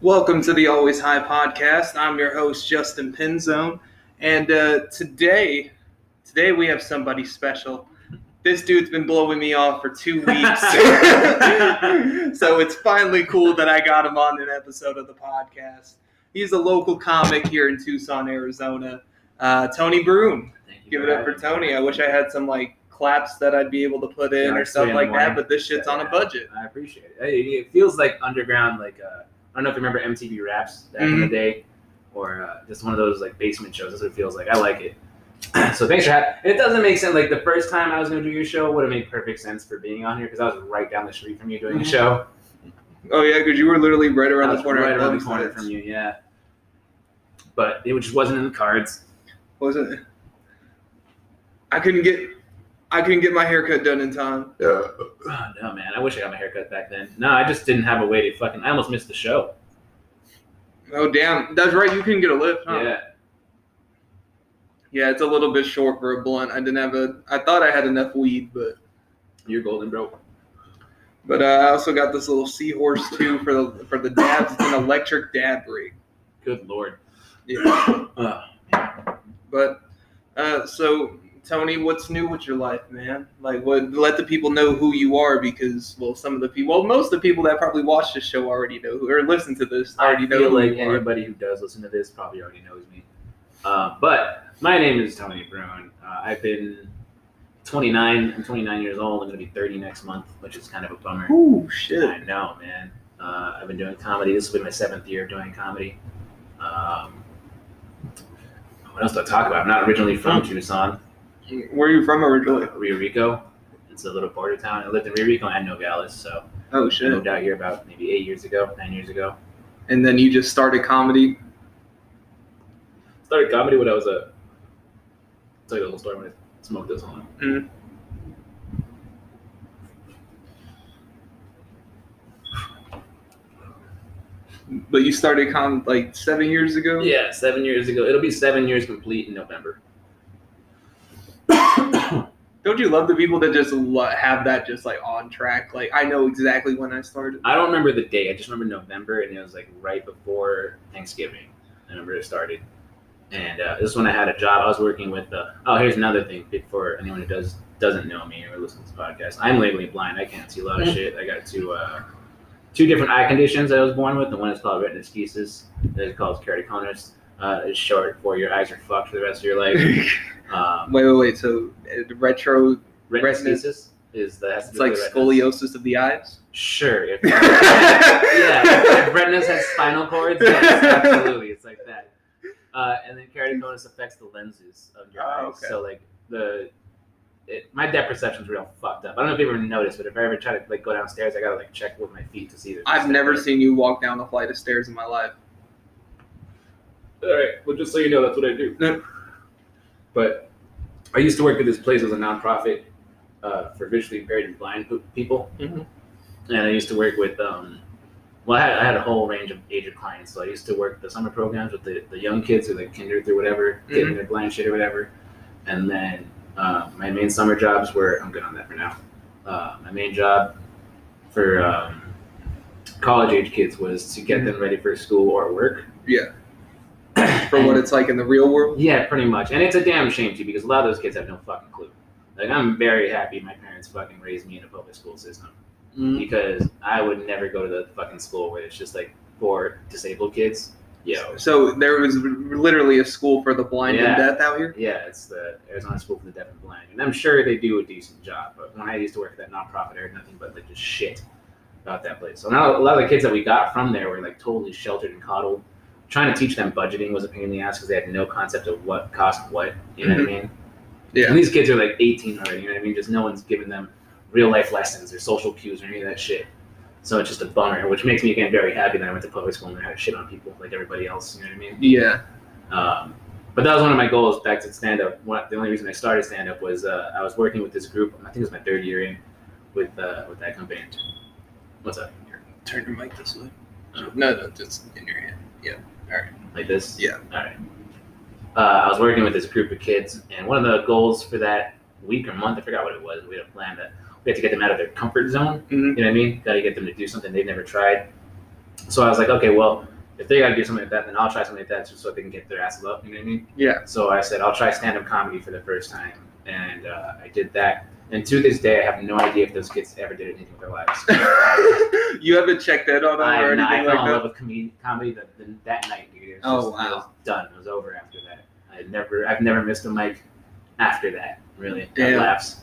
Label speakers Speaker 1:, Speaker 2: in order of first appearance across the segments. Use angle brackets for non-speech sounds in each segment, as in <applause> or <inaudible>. Speaker 1: Welcome to the Always High podcast. I'm your host Justin Pinzone, and uh, today, today we have somebody special. This dude's been blowing me off for two
Speaker 2: <laughs>
Speaker 1: weeks, <laughs> so it's finally cool that I got him on an episode of the podcast. He's a local comic here in Tucson, Arizona. Uh, Tony Broom.
Speaker 2: Thank you
Speaker 1: Give it up for
Speaker 2: having me.
Speaker 1: Tony. I wish I had some like claps that I'd be able to put in
Speaker 2: Yeah,
Speaker 1: or
Speaker 2: it's
Speaker 1: stuff
Speaker 2: three in
Speaker 1: like
Speaker 2: the
Speaker 1: that,
Speaker 2: morning.
Speaker 1: but this shit's on a budget.
Speaker 2: I appreciate it. Hey, It feels like underground, like uh, I don't know if you remember MTV Raps back in the day, or uh, just one of those like basement shows. That's what it feels like. I like it. <clears throat> so thanks for having. It doesn't make sense. Like the first time I was going to do your show would have made perfect sense for being on here because I was right down the street from you doing
Speaker 1: Mhm.
Speaker 2: the show.
Speaker 1: Oh yeah, because you were literally right
Speaker 2: I
Speaker 1: around
Speaker 2: was
Speaker 1: the corner.
Speaker 2: right
Speaker 1: at
Speaker 2: around the
Speaker 1: Love's
Speaker 2: corner
Speaker 1: Fest.
Speaker 2: from you. Yeah. But it just wasn't in the cards.
Speaker 1: Was it? I couldn't get, I couldn't get my haircut done in time.
Speaker 3: Yeah.
Speaker 2: Oh, no, man. I wish I got my haircut back then. No, I just didn't have a way to fucking. I almost missed the show.
Speaker 1: Oh damn, that's right. You couldn't get a lift. Huh?
Speaker 2: Yeah.
Speaker 1: Yeah, it's a little bit short for a blunt. I didn't have a. I thought I had enough weed, but
Speaker 2: You're golden, bro.
Speaker 1: but uh, I also got this little seahorse too for the for the dabs. It's an electric dab rig.
Speaker 2: Good lord.
Speaker 1: Yeah. Uh,
Speaker 2: Ugh.
Speaker 1: But uh, so Tony, what's new with your life, man? Like, what? Let the people know who you are because, well, some of the people, well, most of the people that probably watch this show already know who, or listen to this
Speaker 2: I
Speaker 1: already
Speaker 2: already
Speaker 1: know
Speaker 2: feel
Speaker 1: who
Speaker 2: like
Speaker 1: you are.
Speaker 2: anybody who does listen to this probably already knows me. Uh, but my name is Tony Bruin. Uh, I've been 29. I'm 29 years old. I'm going to be 30 next month, which is kind of a bummer.
Speaker 1: Ooh, shit.
Speaker 2: I know, man. Uh, I've been doing comedy. This will be my seventh year of doing comedy. Um, what else do I talk about? I'm not originally
Speaker 1: Hmm.
Speaker 2: from Tucson,
Speaker 1: Where are you from originally?
Speaker 2: uh, Rio Rico. It's a little border town. I lived in Rio Rico and Nogales, so
Speaker 1: Oh
Speaker 2: I
Speaker 1: shit.
Speaker 2: moved out here about maybe eight years ago, nine years ago.
Speaker 1: And then you just started comedy.
Speaker 2: started comedy when I was a. Tell you the whole story when I smoked this one.
Speaker 1: Mm. But you started com like seven years ago.
Speaker 2: Yeah, seven years ago. It'll be seven years complete in November.
Speaker 1: Don't you love the people that just lo- have that just like on track? Like I know exactly when I started. <laughs>
Speaker 2: I don't remember the day. I just remember November, and it was like right before Thanksgiving. I remember it started. And uh, this is when I had a job. I was working with. Uh, oh, here's another thing for anyone who does doesn't know me or listen to this podcast. I'm legally blind. I can't see a lot of shit. I got two uh, two different eye conditions that I was born with. The one is called retinoschisis. The other is called keratoconus. Uh, it's short for your eyes are fucked for the rest of your life. Um,
Speaker 1: Wait, wait, wait. So uh, the retro,
Speaker 2: retinoschisis is the has to
Speaker 1: it's
Speaker 2: do
Speaker 1: like
Speaker 2: with retinas.
Speaker 1: scoliosis of the eyes.
Speaker 2: Sure.
Speaker 1: <laughs>
Speaker 2: If, yeah. If retinas has spinal cords,
Speaker 1: <laughs>
Speaker 2: yes, absolutely. It's like that. Uh, and then keratoconus affects the lenses of your
Speaker 1: Oh,
Speaker 2: eyes.
Speaker 1: okay.
Speaker 2: So like the it, my depth perception's real fucked up. I don't know if you ever noticed, but if I ever try to like go downstairs, I gotta like check with my feet to see. That
Speaker 1: I've never seen you walk down a flight of stairs in my life.
Speaker 2: All right. Well, just so you know, that's what I
Speaker 1: No.
Speaker 2: do. but I used to work at this place as a nonprofit uh, for visually impaired and blind po- people,
Speaker 1: Mhm.
Speaker 2: and I used to work with. Um, well, I had, I had a whole range of age of clients. So I used to work the summer programs with the, the young kids who like kinder through whatever, getting their blind shit or whatever. And then uh, my main summer jobs were I'm good on that for now. Uh, my main job for um, college age kids was to get them ready for school or work.
Speaker 1: Mm-hmm.
Speaker 2: <clears throat>
Speaker 1: Yeah. For what it's like in the real world.
Speaker 2: Yeah, pretty much. And it's a damn shame too, because a lot of those kids have no fucking clue. Like I'm very happy my parents fucking raised me in a public school system
Speaker 1: Mm-hmm.
Speaker 2: Mm-hmm. because I would never go to the fucking school where it's just like for disabled kids. Yo.
Speaker 1: So there was literally a school for the blind
Speaker 2: Yeah.
Speaker 1: and deaf out here.
Speaker 2: Yeah, it's the Arizona School for the Deaf and Blind, and I'm sure they do a decent job. But when I used to work at that nonprofit, I heard nothing but like just shit about that place. So now a lot of the kids that we got from there were like totally sheltered and coddled. Trying to teach them budgeting was a pain in the ass because they had no concept of what cost what. You know what I mean?
Speaker 1: Yeah.
Speaker 2: And these kids are like 18 already. You know what I mean? Just no one's giving them real life lessons or social cues or any of that shit. So it's just a bummer, which makes me again very happy that I went to public school and I had shit on people like everybody else. You know what I mean?
Speaker 1: Yeah.
Speaker 2: Um, but that was one of my goals back to stand up. One, the only reason I started stand up was uh, I was working with this group. I think it was my third year in with uh, with that company. What's up?
Speaker 1: Turn your mic this way. No, no, just in your hand.
Speaker 2: Like this?
Speaker 1: Yeah.
Speaker 2: All right. Uh, I was working with this group of kids, and one of the goals for that week or month, I forgot what it was, we had a plan that we had to get them out of their comfort zone.
Speaker 1: Mhm.
Speaker 2: You know what I mean? Got to get them to do something they've never tried. So I was like, okay, well, if they got to do something like that, then I'll try something like that just so they can get their asses up. You know what I mean?
Speaker 1: Yeah.
Speaker 2: So I said I'll try stand up comedy for the first time, and uh, I did that. And to this day, I have no idea if those kids ever did anything with their lives.
Speaker 1: you haven't checked that on them
Speaker 2: I,
Speaker 1: or
Speaker 2: I,
Speaker 1: anything
Speaker 2: fell
Speaker 1: like
Speaker 2: in
Speaker 1: that.
Speaker 2: love with com- comedy the, the, that night, dude. It was
Speaker 1: Oh,
Speaker 2: just,
Speaker 1: wow.
Speaker 2: It was done. It was over after that. I never, I've never missed a mic after that. Really,
Speaker 1: Damn.
Speaker 2: That laughs.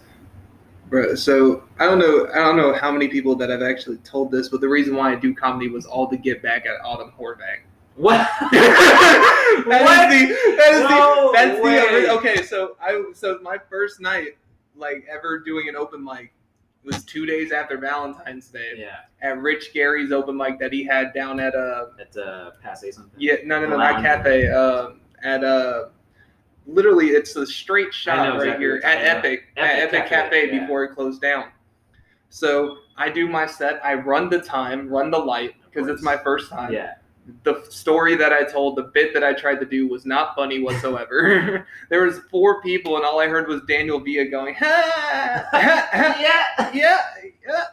Speaker 1: Bro, so I don't know, I don't know how many people that I've actually told this, but the reason why I do comedy was all to get back at Autumn Horvath.
Speaker 2: What?
Speaker 1: that is
Speaker 2: What?
Speaker 1: the that is
Speaker 2: No
Speaker 1: the that's the
Speaker 2: way.
Speaker 1: ori- okay. So I so my first night like ever doing an open mic was two days after Valentine's Day
Speaker 2: <laughs> yeah,
Speaker 1: at Rich Gary's open mic that he had down at uh
Speaker 2: that's uh, passe something.
Speaker 1: yeah no no no not
Speaker 2: Lounge.
Speaker 1: cafe uh, at uh literally it's a straight
Speaker 2: I
Speaker 1: shot
Speaker 2: know
Speaker 1: right
Speaker 2: exactly
Speaker 1: here
Speaker 2: what you're
Speaker 1: at
Speaker 2: talking about.
Speaker 1: Epic at
Speaker 2: Epic
Speaker 1: Epic
Speaker 2: Cafe,
Speaker 1: Cafe,
Speaker 2: yeah.
Speaker 1: before it closed down. So I do my set. I run the time, run the light
Speaker 2: Of
Speaker 1: because it's
Speaker 2: course.
Speaker 1: my first time
Speaker 2: Yeah.
Speaker 1: the story that I told, the bit that I tried to do was not funny whatsoever. <laughs> there was four people, and all I heard was Daniel Villa going, ha, ha, ha,
Speaker 2: yeah.
Speaker 1: yeah, yeah.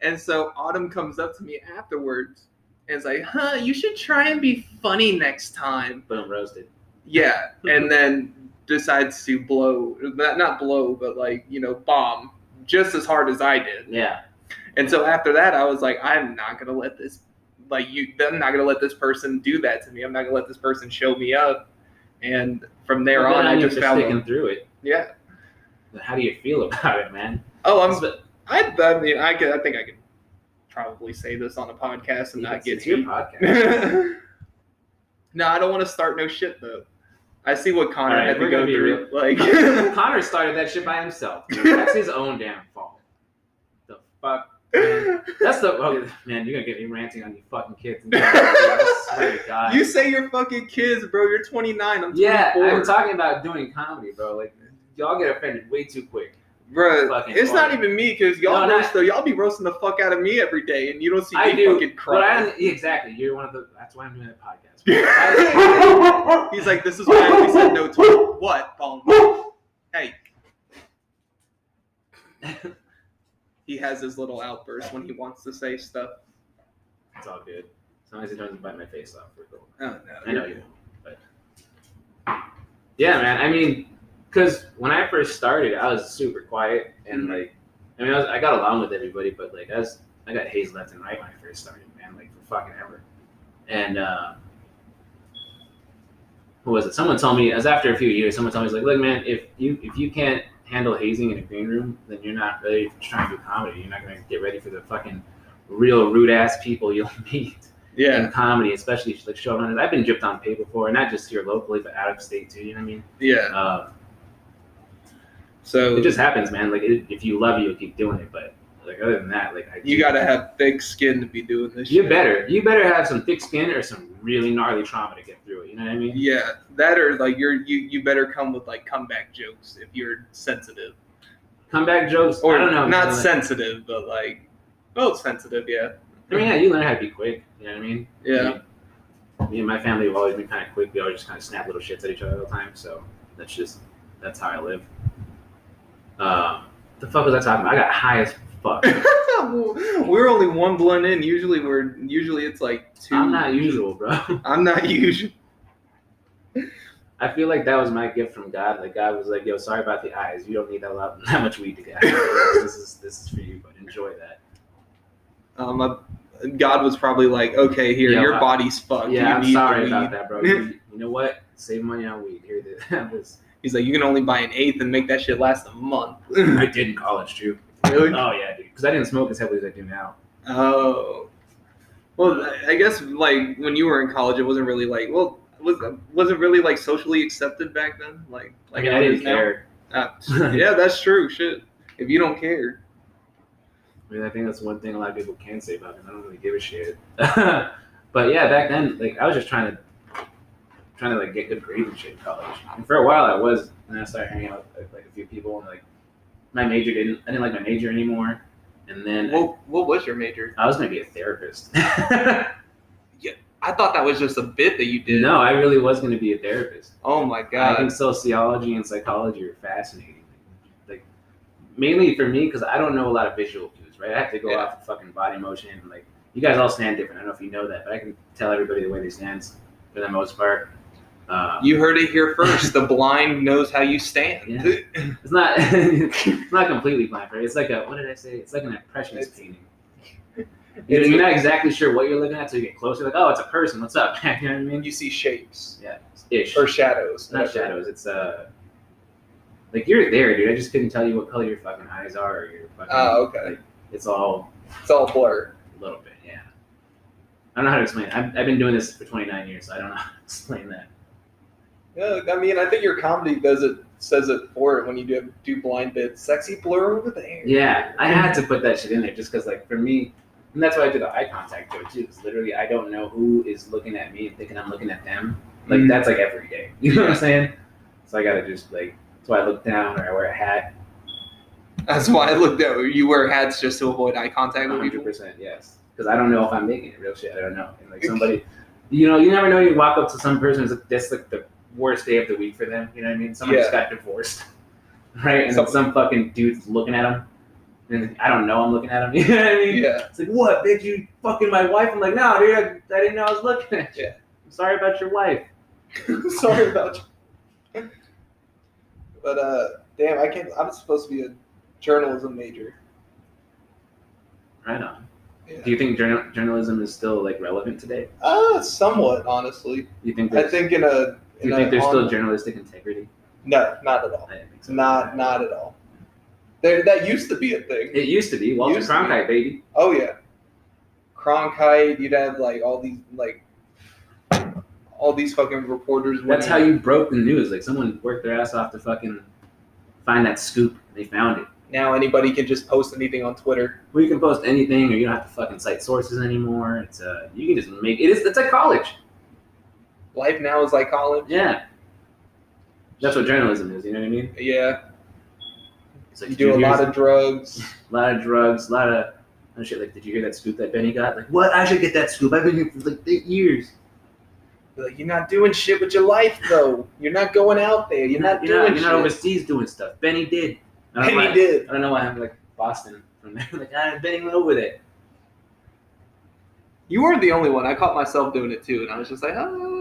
Speaker 1: And so Autumn comes up to me afterwards and is like, huh, you should try and be funny next time.
Speaker 2: Boom, roasted.
Speaker 1: Yeah, and then decides to blow, not not blow, but like, you know, bomb just as hard as I did.
Speaker 2: Yeah.
Speaker 1: And so after that, I was like, I'm not gonna let this, like you, I'm not gonna let this person do that to me. I'm not gonna let this person show me up. And from there
Speaker 2: But
Speaker 1: on, I
Speaker 2: then if
Speaker 1: just
Speaker 2: you're
Speaker 1: found,
Speaker 2: sticking through it.
Speaker 1: yeah.
Speaker 2: then How do you feel <laughs> about it, man?
Speaker 1: Oh,
Speaker 2: It's
Speaker 1: I'm,
Speaker 2: been-
Speaker 1: I, I mean, I could, I think I could probably say this on a podcast and not
Speaker 2: it's-
Speaker 1: get
Speaker 2: it's your
Speaker 1: hate.
Speaker 2: podcast.
Speaker 1: no, I don't want to start <laughs> no shit though. I see what Connor
Speaker 2: All right,
Speaker 1: had to
Speaker 2: we're
Speaker 1: go
Speaker 2: gonna be
Speaker 1: through. Like, <laughs>
Speaker 2: <laughs> Connor started that shit by himself. That's his own damn fault. The fuck. That's the okay, man. You're gonna get me ranting on you fucking kids. And I swear to
Speaker 1: <laughs>
Speaker 2: God.
Speaker 1: you say you're fucking kids, bro. You're 29. I'm 24.
Speaker 2: yeah, I'm talking about doing comedy, bro. Like y'all get offended way too quick.
Speaker 1: Bro,
Speaker 2: Fucking
Speaker 1: it's not
Speaker 2: funny.
Speaker 1: even me because y'all
Speaker 2: No, not-
Speaker 1: roast though. Y'all be roasting the fuck out of me every day, and you don't see
Speaker 2: I
Speaker 1: me
Speaker 2: do,
Speaker 1: fucking
Speaker 2: But
Speaker 1: cry.
Speaker 2: I don't- exactly. You're one of the. That's why I'm doing that podcast.
Speaker 1: <laughs> He's like, this is why we said no to what? Bong. Hey. he has his little outburst when he wants to say stuff.
Speaker 2: It's all good. As long as it doesn't bite my face off, we're cool.
Speaker 1: Oh
Speaker 2: I know you won't, but yeah, man. I mean, because when I first started, I was super quiet and
Speaker 1: Mhm.
Speaker 2: like, I mean, I, was, I got along with everybody, but like, I was I got hazed left and right when I first started, man, like for fucking ever. And uh, who was it? Someone told me. It was after a few years. Someone told me, "It's like, look, man, if you if you can't handle hazing in a green room, then you're not really trying to do comedy. You're not going to get ready for the fucking real rude ass people you'll <laughs> meet."
Speaker 1: Yeah,
Speaker 2: in comedy, especially if you, like showrunners. I've been gypped on pay before, not just here locally, but out of state too. You know what I mean?
Speaker 1: yeah.
Speaker 2: Uh,
Speaker 1: So
Speaker 2: it just happens, man. Like it, if you love it, you'll keep doing it. But like other than that, like I,
Speaker 1: you gotta have thick skin to be doing this.
Speaker 2: you
Speaker 1: shit.
Speaker 2: better you better have some thick skin or some really gnarly trauma to get through it. You know what I mean?
Speaker 1: Yeah, that or like you're you you better come with like comeback jokes if you're sensitive.
Speaker 2: Comeback jokes.
Speaker 1: or
Speaker 2: I don't know.
Speaker 1: not
Speaker 2: man, like-
Speaker 1: sensitive, but like both sensitive. Yeah,
Speaker 2: I mean, yeah, you learn how to be quick. You know what I mean?
Speaker 1: yeah.
Speaker 2: I mean, me and my family have always been kind of quick. We always just kind of snap little shits at each other all the time. So that's just that's how I live. Um, the fuck was I talking about? I got high as fuck.
Speaker 1: <laughs> we're only one blunt in. Usually, we're usually it's like 2
Speaker 2: I'm not usual, bro. <laughs>
Speaker 1: I'm not <laughs> usual.
Speaker 2: I feel like that was my gift from God. Like God was like, "Yo, sorry about the eyes. You don't need that lot, <laughs> that much weed to get. this is this is for you, but enjoy that."
Speaker 1: Um, I- God was probably like, okay, here,
Speaker 2: Yeah,
Speaker 1: your
Speaker 2: I-
Speaker 1: body's fucked. you
Speaker 2: yeah, I'm
Speaker 1: need the
Speaker 2: sorry
Speaker 1: weed."
Speaker 2: about that, bro. You, you know what? Save money on weed. Here, <laughs> it is. Have this.
Speaker 1: He's like, you can only buy an eighth and make that shit last a <laughs> month.
Speaker 2: I did in college too.
Speaker 1: really?
Speaker 2: Oh yeah, dude. Because I didn't smoke as heavily as I do now.
Speaker 1: Oh. Well, I- I guess like when you were in college, it wasn't really like well, was was it really like socially accepted back then? Like like
Speaker 2: Like I, mean,
Speaker 1: how
Speaker 2: I
Speaker 1: it
Speaker 2: didn't
Speaker 1: is now?
Speaker 2: care.
Speaker 1: Uh,
Speaker 2: <laughs>
Speaker 1: yeah, that's true. Shit. If you don't care.
Speaker 2: I mean, I think that's one thing a lot of people can say about me. I don't really give a shit. <laughs> but yeah, back then, like I was just trying to trying to like get good grades and shit in college. And for a while, I was, and then I started hanging out with like, like a few people, and like my major didn't. I didn't like my major anymore. And then
Speaker 1: What, what was your major?
Speaker 2: I, was gonna be a therapist. <laughs>
Speaker 1: I thought that was just a bit that you did.
Speaker 2: no, I really was gonna be a therapist.
Speaker 1: Oh my
Speaker 2: I
Speaker 1: god.
Speaker 2: think sociology and psychology are fascinating. Like, mainly for me, because I don't know a lot of visual cues, right? I have to go
Speaker 1: Yeah.
Speaker 2: off of fucking body motion and like You guys all stand different. I don't know if you know that, but I can tell everybody the way they stand for the most part. Uh,
Speaker 1: You heard it here first. the blind knows how you stand.
Speaker 2: Yeah. it's not <laughs> it's not completely blind, right? It's like a what did I say? It's like an impressionist
Speaker 1: It's-
Speaker 2: painting. You're,
Speaker 1: It's-
Speaker 2: you're not exactly sure what you're looking at till you get closer. Like, oh, it's a person. What's up? <laughs> you know what I mean?
Speaker 1: you see shapes
Speaker 2: Ish.
Speaker 1: or shadows.
Speaker 2: It's not
Speaker 1: whatever.
Speaker 2: shadows. It's uh, like you're there, dude. I just couldn't tell you what color your fucking eyes are or your fucking.
Speaker 1: Oh, okay.
Speaker 2: like, it's all
Speaker 1: It's all blur.
Speaker 2: a little bit, yeah. I don't know how to explain it. I've, I've been doing this for 29 years, so I don't know <laughs> how to explain that.
Speaker 1: Yeah, I mean, I think your comedy does it says it for it when you do do blind bits. Sexy blur over there.
Speaker 2: Yeah, I had to put that shit in there just because, like, for me, and that's why I did the eye contact joke too. Because literally, I don't know who is looking at me and thinking I'm looking at them. Like
Speaker 1: Mhm.
Speaker 2: that's like every day. <laughs> You know what I'm saying? So I gotta just like. So I look down, or I wear a hat.
Speaker 1: <laughs> That's why I looked at you wear hats just to avoid eye contact with
Speaker 2: Hundred
Speaker 1: people.
Speaker 2: percent, yes. Because I don't know if I'm making it. Real shit, I don't know. And like somebody, you know, you never know. You walk up to some person, it's like, that's like the worst day of the week for them. You know what I mean? Someone just got divorced, <laughs> right? And then
Speaker 1: Some-
Speaker 2: some fucking dude's looking at them, and I don't know. I'm looking at him. <laughs> You know what I mean?
Speaker 1: Yeah.
Speaker 2: It's like, what, bitch? You fucking my wife? I'm like, no, dude. I, I didn't know I was looking at you.
Speaker 1: Yeah.
Speaker 2: I'm sorry about your wife.
Speaker 1: <laughs> Sorry about you. But uh, damn, I can't. I'm supposed to be a journalism major.
Speaker 2: Right on.
Speaker 1: Yeah.
Speaker 2: Do you think journal- journalism is still like relevant today?
Speaker 1: Uh, somewhat, honestly.
Speaker 2: You think?
Speaker 1: I
Speaker 2: there's-
Speaker 1: think in a.
Speaker 2: Do you
Speaker 1: in
Speaker 2: think
Speaker 1: a
Speaker 2: there's
Speaker 1: on-
Speaker 2: still journalistic integrity?
Speaker 1: No, not at all.
Speaker 2: I didn't think so.
Speaker 1: Not not at all. There, that used to be a thing.
Speaker 2: It used to be Walter
Speaker 1: Used to be.
Speaker 2: Cronkite, baby.
Speaker 1: Oh yeah, Cronkite. You'd have like all these like all these fucking reporters. winning.
Speaker 2: That's how you broke the news. Like someone worked their ass off to fucking find that scoop. And they found it.
Speaker 1: now anybody can just post anything on Twitter.
Speaker 2: Well, you can post anything, or you don't have to fucking cite sources anymore. It's uh, you can just make it. Is it's like college.
Speaker 1: Life now is like college.
Speaker 2: Yeah, that's what journalism is. You know what I mean?
Speaker 1: Yeah,
Speaker 2: It's like
Speaker 1: you
Speaker 2: did
Speaker 1: do a
Speaker 2: hear
Speaker 1: lot of drugs.
Speaker 2: <laughs> a lot of drugs, a lot of, lot of shit. Like, did you hear that scoop that Benny got? Like, what? I should get that scoop. I've been here for like eight years.
Speaker 1: Like, you're not doing shit with your life though. You're not going out there. You're not
Speaker 2: you're
Speaker 1: doing
Speaker 2: not, you're
Speaker 1: shit. <laughs>
Speaker 2: not overseas doing stuff. Benny did. I don't
Speaker 1: and
Speaker 2: know
Speaker 1: he
Speaker 2: why-
Speaker 1: did.
Speaker 2: I don't know why I'm like Boston from there. <laughs> like, ah, Benny went over there.
Speaker 1: You weren't the only one. I caught myself doing it too, and I was just like, oh.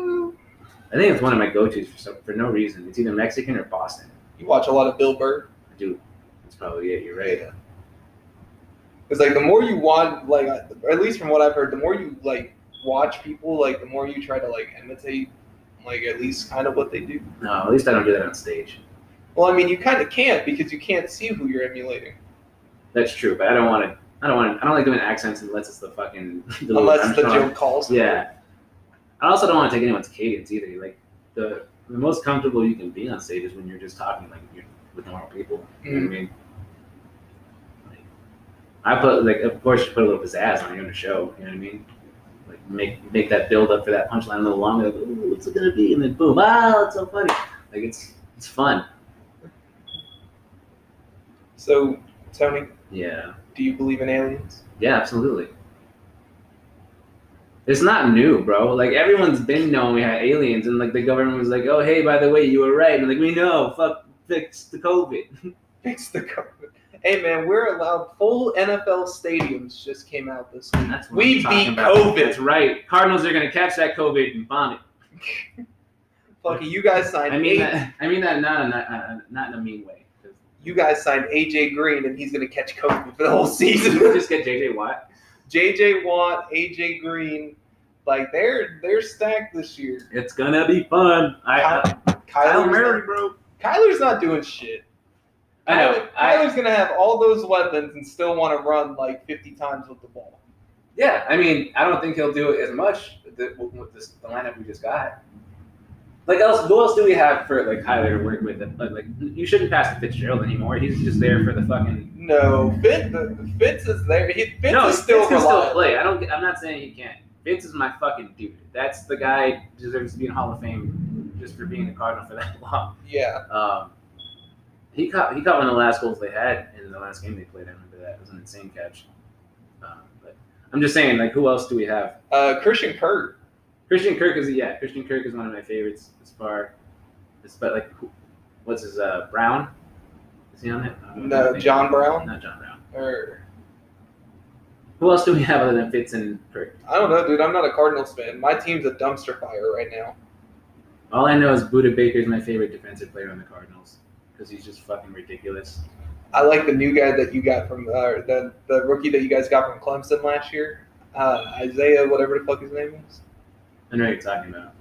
Speaker 2: I think it's one of my go-tos for some, for no reason. It's either Mexican or Boston.
Speaker 1: You watch a lot of Bill Burr.
Speaker 2: I do. That's probably it. You're right.
Speaker 1: Yeah. It's like the more you want, like or at least from what I've heard, the more you like watch people, like the more you try to like imitate, like at least kind of what they do.
Speaker 2: No, at least I don't do that on stage.
Speaker 1: Well, I mean, you kind of can't because you can't see who you're emulating
Speaker 2: That's true, but I don't want to. I don't want to. I don't like doing accents unless it's the fucking. <laughs> The little-
Speaker 1: unless
Speaker 2: I'm
Speaker 1: the
Speaker 2: trying-
Speaker 1: joke calls. for it.
Speaker 2: Yeah. I also don't want to take anyone's cadence either. Like the the most comfortable you can be on stage is when you're just talking like you're with normal people. You know
Speaker 1: Mm-hmm. Mm.
Speaker 2: what I mean? Like, I put like of course you put a little pizzazz on your own show, you know what I mean? Like make make that build up for that punchline a little longer, like, ooh, what's it gonna be? And then boom, wow, it's so funny. Like it's it's fun.
Speaker 1: So, Tony,
Speaker 2: Yeah.
Speaker 1: do you believe in aliens? <laughs>
Speaker 2: Yeah, absolutely. It's not new, bro. Like everyone's been knowing we had aliens, and like the government was like, "Oh, hey, by the way, you were right." And like we know, fuck, fix the COVID. <laughs>
Speaker 1: Fix the government. Hey man, we're allowed full NFL stadiums. Just came out this week.
Speaker 2: That's what
Speaker 1: We
Speaker 2: I'm talking
Speaker 1: beat
Speaker 2: about.
Speaker 1: COVID.
Speaker 2: That's right. Cardinals are gonna catch that COVID and bomb it.
Speaker 1: Fuck it, you guys signed.
Speaker 2: I mean
Speaker 1: eight-
Speaker 2: that. I mean that not in a, uh, not in a mean
Speaker 1: <laughs>
Speaker 2: way. 'cause
Speaker 1: you guys signed AJ Green, and he's gonna catch COVID for the whole
Speaker 2: Did
Speaker 1: season. <laughs>
Speaker 2: you just get JJ Watt.
Speaker 1: JJ Watt, AJ Green, like they're they're stacked this year.
Speaker 2: It's gonna be fun. I, uh, Kyle
Speaker 1: Kyler's
Speaker 2: Murray, bro.
Speaker 1: Not, Kyler's not doing shit.
Speaker 2: I know.
Speaker 1: Kyler-
Speaker 2: I,
Speaker 1: Kyler's gonna have all those weapons and still want to run like 50 times with the ball.
Speaker 2: yeah, I mean, I don't think he'll do it as much th- with this, the lineup we just got. Like, else, who else do we have for like Kyler to work with? Like, like, you shouldn't pass to Fitzgerald anymore. He's just there for the fucking.
Speaker 1: No, Fitz, Fitz is there. He, Fitz
Speaker 2: no,
Speaker 1: is still
Speaker 2: Fitz can still
Speaker 1: reliable.
Speaker 2: play. I don't. I'm not saying he can't. Fitz is my fucking dude. That's the guy deserves to be in Hall of Fame just for being a Cardinal for that <laughs> long.
Speaker 1: yeah,
Speaker 2: Um, he caught he caught one of the last goals they had in the last game they played. I remember that it was an insane catch. Um, but I'm just saying, like, who else do we have?
Speaker 1: uh, Christian Kirk.
Speaker 2: Christian Kirk is yeah, Christian Kirk is one of my favorites as far as but like, who, what's his uh Brown? Is he on that?
Speaker 1: No, John Brown
Speaker 2: Not John Brown.
Speaker 1: or
Speaker 2: Who else do we have other than Fitz and Perk?
Speaker 1: I don't know, dude. I'm not a Cardinals fan. My team's a dumpster fire right now.
Speaker 2: All I know is Buda Baker is my favorite defensive player on the Cardinals because he's just fucking ridiculous.
Speaker 1: I like the new guy that you got from uh, the the rookie that you guys got from Clemson last year, uh, Isaiah, whatever the fuck his name is,
Speaker 2: I know who you're talking about.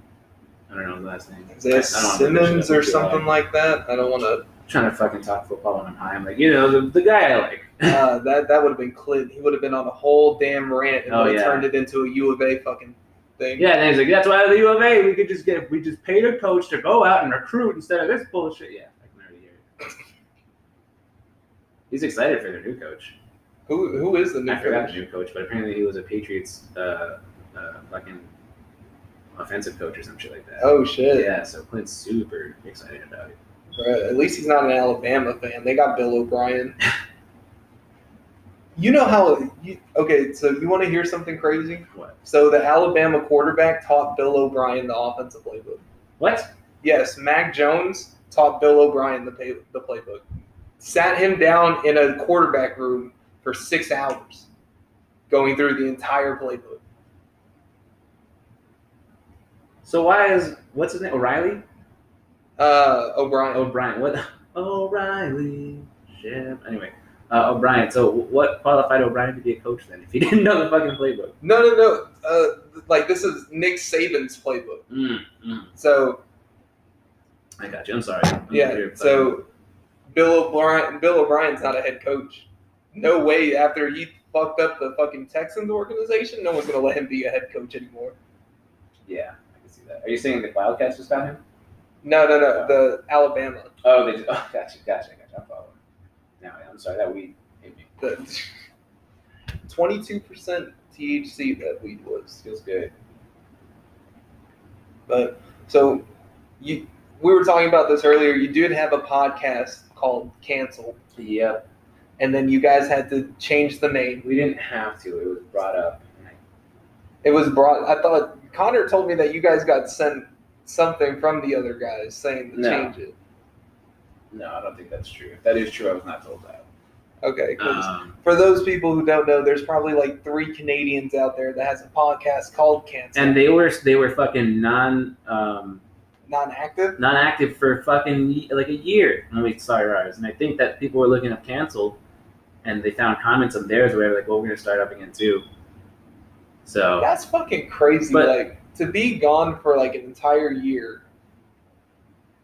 Speaker 2: I don't know the last name.
Speaker 1: Isaiah
Speaker 2: I don't remember
Speaker 1: Simmons
Speaker 2: shit.
Speaker 1: or something like that. I don't want to.
Speaker 2: trying to fucking talk football when I'm high. I'm like, you know, the, the guy I like. <laughs>
Speaker 1: Uh, that that would have been Clinton. He would have been on a whole damn rant and
Speaker 2: Oh,
Speaker 1: would've
Speaker 2: yeah.
Speaker 1: turned it into a U of A fucking thing.
Speaker 2: yeah, and he's like, that's why the U of A, we could just get, we just paid a coach to go out and recruit instead of this bullshit. Yeah, I can already hear it. He's excited for their new coach.
Speaker 1: Who who is the new
Speaker 2: I forgot the
Speaker 1: coach?
Speaker 2: new coach, but apparently he was a Patriots uh, uh, fucking offensive coach or some shit like that.
Speaker 1: Oh shit!
Speaker 2: Yeah, so Clint's super excited about it.
Speaker 1: Bruh, at least he's not an Alabama fan. They got Bill
Speaker 2: <laughs>
Speaker 1: O'Brien. you know how? You, okay, so you want to hear something crazy?
Speaker 2: What?
Speaker 1: So the Alabama quarterback taught Bill O'Brien the offensive playbook.
Speaker 2: What?
Speaker 1: Yes, Mac Jones taught Bill O'Brien the pay, the playbook. Sat him down in a quarterback room for six hours, going through the entire playbook.
Speaker 2: So why is what's his name? O'Reilly?
Speaker 1: Uh, O'Brien.
Speaker 2: O'Brien. What? <laughs> O'Reilly. Shit. Anyway, uh, O'Brien. So what qualified O'Brien to be a coach then? If he <laughs> didn't know the fucking playbook.
Speaker 1: No, no, no. Uh, like this is Nick Saban's playbook.
Speaker 2: Mm, mm.
Speaker 1: So
Speaker 2: I got you. I'm sorry. I'm over
Speaker 1: yeah.
Speaker 2: here fucking-
Speaker 1: So Bill O'Brien. Bill O'Brien's not a head coach. No way. After he fucked up the fucking Texans organization, no one's gonna let him be a head coach anymore.
Speaker 2: yeah, I can see that. Are you saying the Wildcats just found him?
Speaker 1: No, no, no. The Alabama.
Speaker 2: Oh, they just. <laughs> Oh, gotcha, gotcha, gotcha. I'm following. Now I'm sorry that weed hit me.
Speaker 1: The twenty-two percent THC that weed was.
Speaker 2: Feels good.
Speaker 1: But so you, we were talking about this earlier. You did have a podcast called Cancel,
Speaker 2: Yep.
Speaker 1: and then you guys had to change the name.
Speaker 2: We didn't have to. It was brought up. and I-
Speaker 1: It was brought. I thought Connor told me that you guys got sent something from the other guys saying to
Speaker 2: No.
Speaker 1: change it.
Speaker 2: No, I don't think that's true. If that is true, I was not told that.
Speaker 1: Okay. 'cause
Speaker 2: Um,
Speaker 1: for those people who don't know, there's probably like three Canadians out there that has a podcast called Cancel.
Speaker 2: and they were they were fucking non. Um,
Speaker 1: non-active.
Speaker 2: not active for fucking ye- like a year. And we saw ours, and I think that people were looking up canceled, and they found comments of theirs where they were like, "Well, we're gonna start up again too." So
Speaker 1: That's fucking crazy.
Speaker 2: But-
Speaker 1: like to be gone for like an entire year.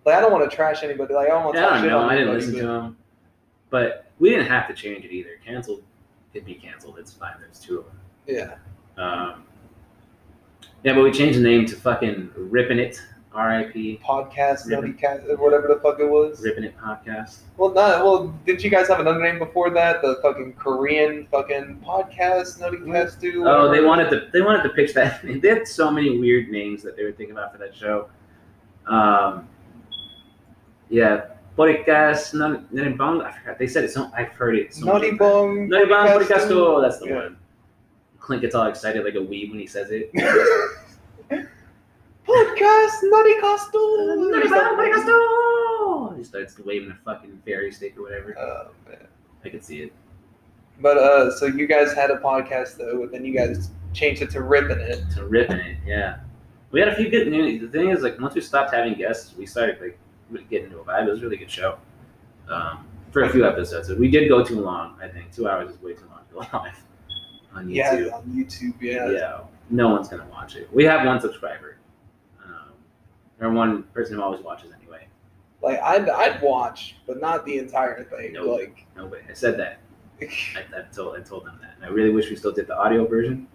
Speaker 1: Like I don't want to trash anybody. Like I don't want
Speaker 2: I
Speaker 1: to talk
Speaker 2: don't
Speaker 1: shit
Speaker 2: know.
Speaker 1: on
Speaker 2: I didn't
Speaker 1: anybody,
Speaker 2: listen to them, but we didn't have to change it either. Canceled could be canceled. It's fine. There's two of them.
Speaker 1: but- Yeah.
Speaker 2: Um, yeah, but we changed the name to fucking Rippin' It, R.I.P.
Speaker 1: Podcast,
Speaker 2: Yeah.
Speaker 1: Nobbycast, or whatever the fuck it was.
Speaker 2: Rippin' It podcast.
Speaker 1: Well, not well. Didn't you guys have another name before that? The fucking Korean fucking podcast, Nobbycast, dude.
Speaker 2: Oh, they wanted to they wanted to pitch that. <laughs> They had so many weird names that they were thinking about for that show. Um, yeah, Podcast None None Bong. I forgot they said it. So I've heard it. So
Speaker 1: Naughty Bong.
Speaker 2: None Bong
Speaker 1: Podcast,
Speaker 2: Podcast. Oh, that's the
Speaker 1: Yeah.
Speaker 2: one. Clint gets all excited like a weeb when he says it.
Speaker 1: <laughs> podcast, Nobbycast.
Speaker 2: None Bong Podcast. Oh! He starts waving a fucking fairy stick or whatever.
Speaker 1: Oh man.
Speaker 2: I could see it.
Speaker 1: But uh, so you guys had a podcast though, and then you guys changed it to ripping it.
Speaker 2: To ripping it, yeah. We had a few good news. The thing is, like, once we stopped having guests, we started like really getting into a vibe. It was a really good show. Um, for a few episodes, we did go too long. I think two hours is way too long to go <laughs> live on
Speaker 1: Yeah,
Speaker 2: YouTube.
Speaker 1: on YouTube. Yeah.
Speaker 2: no one's gonna watch it. We have one subscriber, um, or one person who always watches anyway.
Speaker 1: Like I'd I'd watch, but not the entire thing.
Speaker 2: Nope.
Speaker 1: Like
Speaker 2: Nobody. I said
Speaker 1: <laughs>
Speaker 2: that. I, I told I told them that, and I really wish we still did the audio version.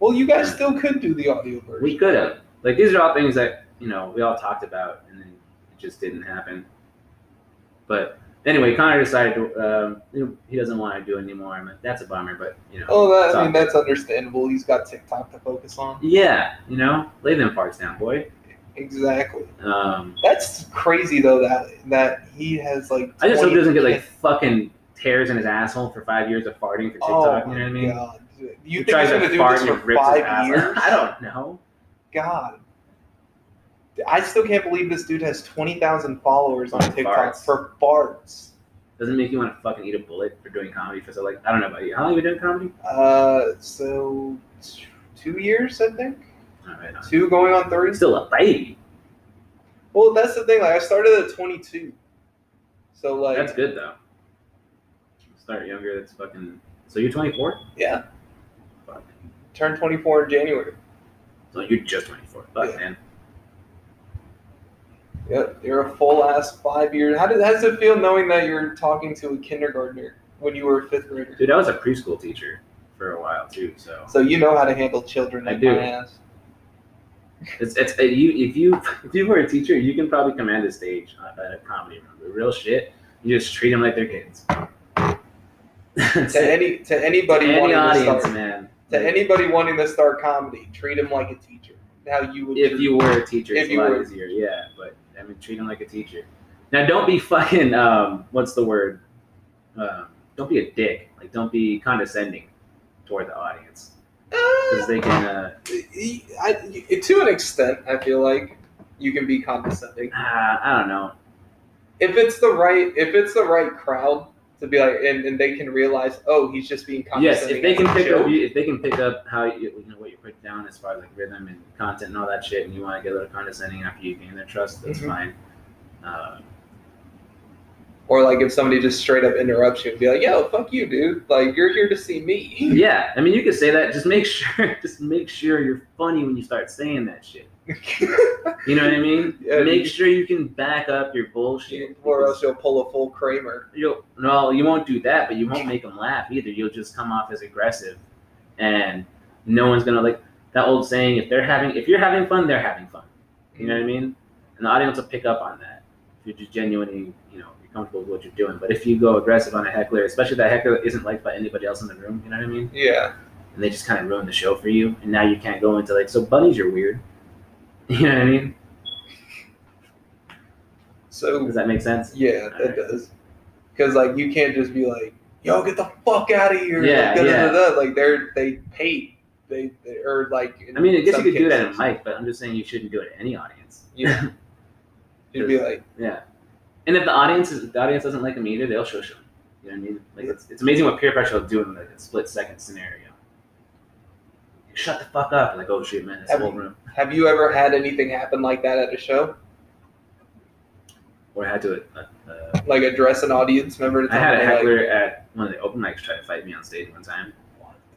Speaker 1: Well, you guys still could do the audio version.
Speaker 2: We could have. Like these are all things that you know we all talked about, and then it just didn't happen. But anyway, Connor decided to, um, you know, he doesn't want to do it anymore. I'm like, that's a bummer, but you know,
Speaker 1: Oh, that, I
Speaker 2: Sorry.
Speaker 1: mean that's understandable. He's got TikTok to focus on.
Speaker 2: yeah, you know, lay them parts down, boy.
Speaker 1: Exactly.
Speaker 2: Um,
Speaker 1: That's crazy though that that he has like.
Speaker 2: I just hope
Speaker 1: 20
Speaker 2: he doesn't get like fucking tears in his asshole for five years of farting for
Speaker 1: Oh
Speaker 2: TikTok.
Speaker 1: my
Speaker 2: you know what I mean?
Speaker 1: god! You
Speaker 2: He
Speaker 1: think he's
Speaker 2: tries
Speaker 1: gonna
Speaker 2: to
Speaker 1: do
Speaker 2: fart
Speaker 1: this
Speaker 2: and it
Speaker 1: for
Speaker 2: rips his
Speaker 1: five
Speaker 2: ass
Speaker 1: years?
Speaker 2: out. <laughs> I don't know.
Speaker 1: God. I still can't believe this dude has 20,000 followers on
Speaker 2: On
Speaker 1: TikTok
Speaker 2: farts.
Speaker 1: for farts.
Speaker 2: Doesn't make you want to fucking eat a bullet for doing comedy because I like I don't know about you. How long have you been doing comedy?
Speaker 1: Uh, so t- two years, I think.
Speaker 2: All right, on.
Speaker 1: Two going on three.
Speaker 2: You're still a baby.
Speaker 1: Well, that's the thing. Like, I started at 22, so like,
Speaker 2: That's good though. Start younger. That's fucking. So you're 24.
Speaker 1: yeah,
Speaker 2: Fuck.
Speaker 1: turned 24 in January.
Speaker 2: So you're just 24. Fuck
Speaker 1: Yeah.
Speaker 2: man.
Speaker 1: Yep, you're a full ass five year. How does, how does it feel knowing that you're talking to a kindergartner when you were a fifth grader?
Speaker 2: Dude, I was a preschool teacher for a while too. So
Speaker 1: So you know how to handle children.
Speaker 2: I
Speaker 1: like
Speaker 2: do.
Speaker 1: My ass.
Speaker 2: it's it's uh, you if you <laughs> if you were a teacher, you can probably command a stage uh, at a comedy room. But real shit, you just treat them like they're kids. <laughs> That's
Speaker 1: To
Speaker 2: it.
Speaker 1: any to anybody
Speaker 2: To any
Speaker 1: wanting
Speaker 2: audience,
Speaker 1: to start
Speaker 2: man.
Speaker 1: to anybody wanting to start comedy, treat him like a teacher. How you would
Speaker 2: if
Speaker 1: treat-
Speaker 2: you were a teacher,
Speaker 1: If
Speaker 2: it's a
Speaker 1: you
Speaker 2: lot
Speaker 1: were.
Speaker 2: easier. Yeah, but I mean, treat them like a teacher. Now, don't be fucking. Um, what's the word? Um, don't be a dick. Like, don't be condescending toward the audience because they can. Uh,
Speaker 1: I, to an extent, I feel like you can be condescending
Speaker 2: ah, I don't know.
Speaker 1: if it's the right if it's the right crowd to be like, and, and they can realize, oh, he's just being
Speaker 2: Yes,
Speaker 1: condescending.
Speaker 2: if they can
Speaker 1: as a
Speaker 2: pick
Speaker 1: joke.
Speaker 2: up, you- if they can pick up how you, you know what you put down as far as like rhythm and content and all that shit, and you want to get a little condescending after you gain their trust, that's
Speaker 1: Mhm.
Speaker 2: fine. Uh,
Speaker 1: or like if somebody just straight up interrupts you and be like, yo, fuck you, dude. Like you're here to see me. <laughs>
Speaker 2: yeah, I mean, you could say that. Just make <laughs> sure, just make sure you're funny when you start saying that shit. You know what I mean?
Speaker 1: Yeah.
Speaker 2: Make sure you can back up your bullshit.
Speaker 1: or
Speaker 2: because
Speaker 1: else you'll pull a full Kramer.
Speaker 2: You'll, no, you won't do that, but you won't make them laugh either. You'll just come off as aggressive, and no one's gonna like that old saying. If they're having, if you're having fun, they're having fun. You know what I mean? And the audience will pick up on that. If you're just genuinely, you know, you're comfortable with what you're doing. But if you go aggressive on a heckler, especially if that heckler isn't liked by anybody else in the room, you know what I mean?
Speaker 1: Yeah.
Speaker 2: and they just kind of ruin the show for you. And now you can't go into like, so bunnies are weird. <laughs> You know what I mean?
Speaker 1: So
Speaker 2: Does that make sense?
Speaker 1: yeah, that does. Because like you can't just be like, yo, get the fuck out of here.
Speaker 2: Yeah,
Speaker 1: like, da,
Speaker 2: yeah.
Speaker 1: Da, da, da. like they're they paid. They, they or like in
Speaker 2: I mean, I guess
Speaker 1: some
Speaker 2: you could do that in
Speaker 1: cases,
Speaker 2: a mic, but I'm just saying you shouldn't do it in any audience.
Speaker 1: Yeah.
Speaker 2: <laughs>
Speaker 1: You'd be like,
Speaker 2: Yeah. And if the audience is, if the audience doesn't like them either, they'll shush them. You know what I mean? Like it's, it's amazing what peer pressure will do in like a split second scenario. Shut the fuck up! Like oh shit, man, this
Speaker 1: I
Speaker 2: whole
Speaker 1: mean-
Speaker 2: room.
Speaker 1: Have you ever had anything happen like that at a show?
Speaker 2: Or I had to. Uh, uh,
Speaker 1: Like address an audience member? To
Speaker 2: I had a
Speaker 1: them, like,
Speaker 2: heckler at one of the open mics try to fight me on stage one time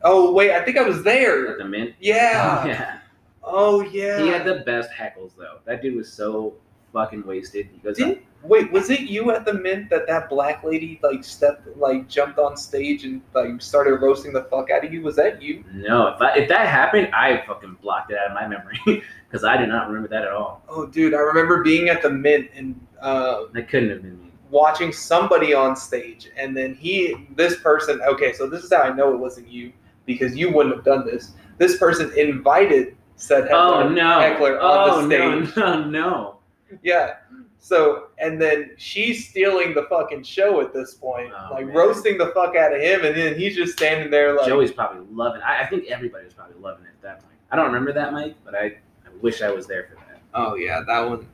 Speaker 1: Oh wait, I think I was
Speaker 2: at
Speaker 1: there.
Speaker 2: the Mint.
Speaker 1: Yeah.
Speaker 2: <laughs> yeah.
Speaker 1: Oh yeah.
Speaker 2: He had the best heckles though. That dude was so fucking wasted. He goes,
Speaker 1: Didn't- Wait, was it you at the mint that that black lady like stepped, like jumped on stage and like started roasting the fuck out of you? Was that you?
Speaker 2: no, if, I, if that happened, I fucking blocked it out of my memory <laughs> because I do not remember that at all.
Speaker 1: Oh, dude, I remember being at the mint and uh,
Speaker 2: That couldn't have been me.
Speaker 1: watching somebody on stage, and then he, this person. Okay, so this is how I know it wasn't you because you wouldn't have done this. This person invited said heckler,
Speaker 2: oh no!
Speaker 1: heckler
Speaker 2: oh
Speaker 1: on the stage.
Speaker 2: no! No! <laughs> No!
Speaker 1: Yeah. So and then she's stealing the fucking show at this point,
Speaker 2: Oh,
Speaker 1: like
Speaker 2: man.
Speaker 1: roasting the fuck out of him, and then he's just standing there like,
Speaker 2: Joey's probably loving. I, I think everybody was probably loving it at that point. I don't remember that, Mike, but I, I wish I was there for that.
Speaker 1: "Oh yeah, that one."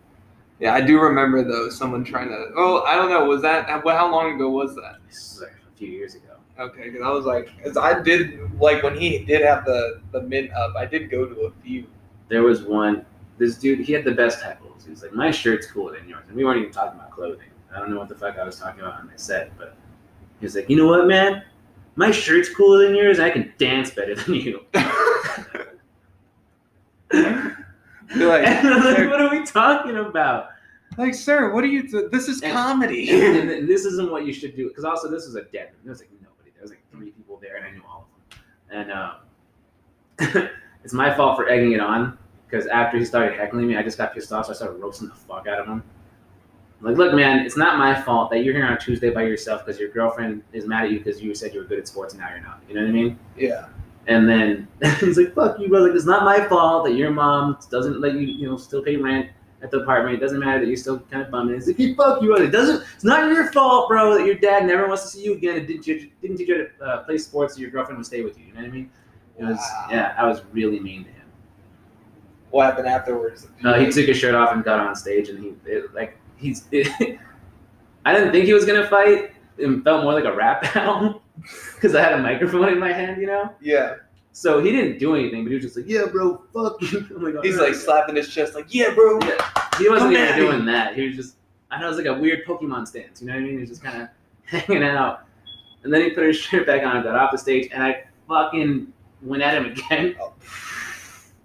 Speaker 1: Yeah, I do remember though. Someone trying to. Oh, I don't know. Was that how how long ago was that?
Speaker 2: This is like a few years ago.
Speaker 1: Okay, because I was like, because I did like when he did have the the mint up. I did go to a few.
Speaker 2: There was one. This dude, he had the best heckles. He was like, "My shirt's cooler than yours," and we weren't even talking about clothing. I don't know what the fuck I was talking about on my set, but he was like, "You know what, man? My shirt's cooler than yours. and I can dance better than you."
Speaker 1: <laughs> You're like,
Speaker 2: And I'm like, what are we talking about?
Speaker 1: <laughs> like, sir, what are you? do- this is
Speaker 2: And-
Speaker 1: comedy.
Speaker 2: and, and this isn't what you should do. Because also, this was a dead room. There was like nobody. There was like three people there, and I knew all of them. And um, <laughs> it's my fault for egging it on. Because after he started heckling me, I just got pissed off, so I started roasting the fuck out of him. I'm like, look, man, it's not my fault that you're here on Tuesday by yourself because your girlfriend is mad at you because you said you were good at sports and now you're not. You know what I mean?
Speaker 1: <laughs> yeah.
Speaker 2: And then <laughs> he's like, "Fuck you, bro! Like it's not my fault that your mom doesn't let you, you know, still pay rent at the apartment. It doesn't matter that you're still kind of bumming." He's like, "Hey, "Fuck you, bro! It doesn't. It's not your fault, bro, that your dad never wants to see you again and didn't you didn't teach you to uh, play sports so your girlfriend would stay with you. You know what I mean? It was
Speaker 1: Wow.
Speaker 2: yeah, I was really mean to him.
Speaker 1: What happened afterwards?
Speaker 2: Uh, he took his shirt <laughs> off and got on stage, and he it, like he's. I didn't think he was gonna fight. it felt more like a rap <laughs> battle because I had a microphone in my hand, you know.
Speaker 1: Yeah.
Speaker 2: So he didn't do anything, but he was just like, "Yeah, bro, fuck." you." <laughs> I'm like,
Speaker 1: He's
Speaker 2: "Alright."
Speaker 1: like slapping his chest, like, yeah, bro.
Speaker 2: Yeah. he
Speaker 1: Come
Speaker 2: wasn't even
Speaker 1: at me.
Speaker 2: doing that. He was just I know it was like a weird Pokemon stance. You know what I mean? He was just kind of <laughs> hanging out, and then he put his shirt back on, got off the stage, and I fucking went at him again.
Speaker 1: Oh.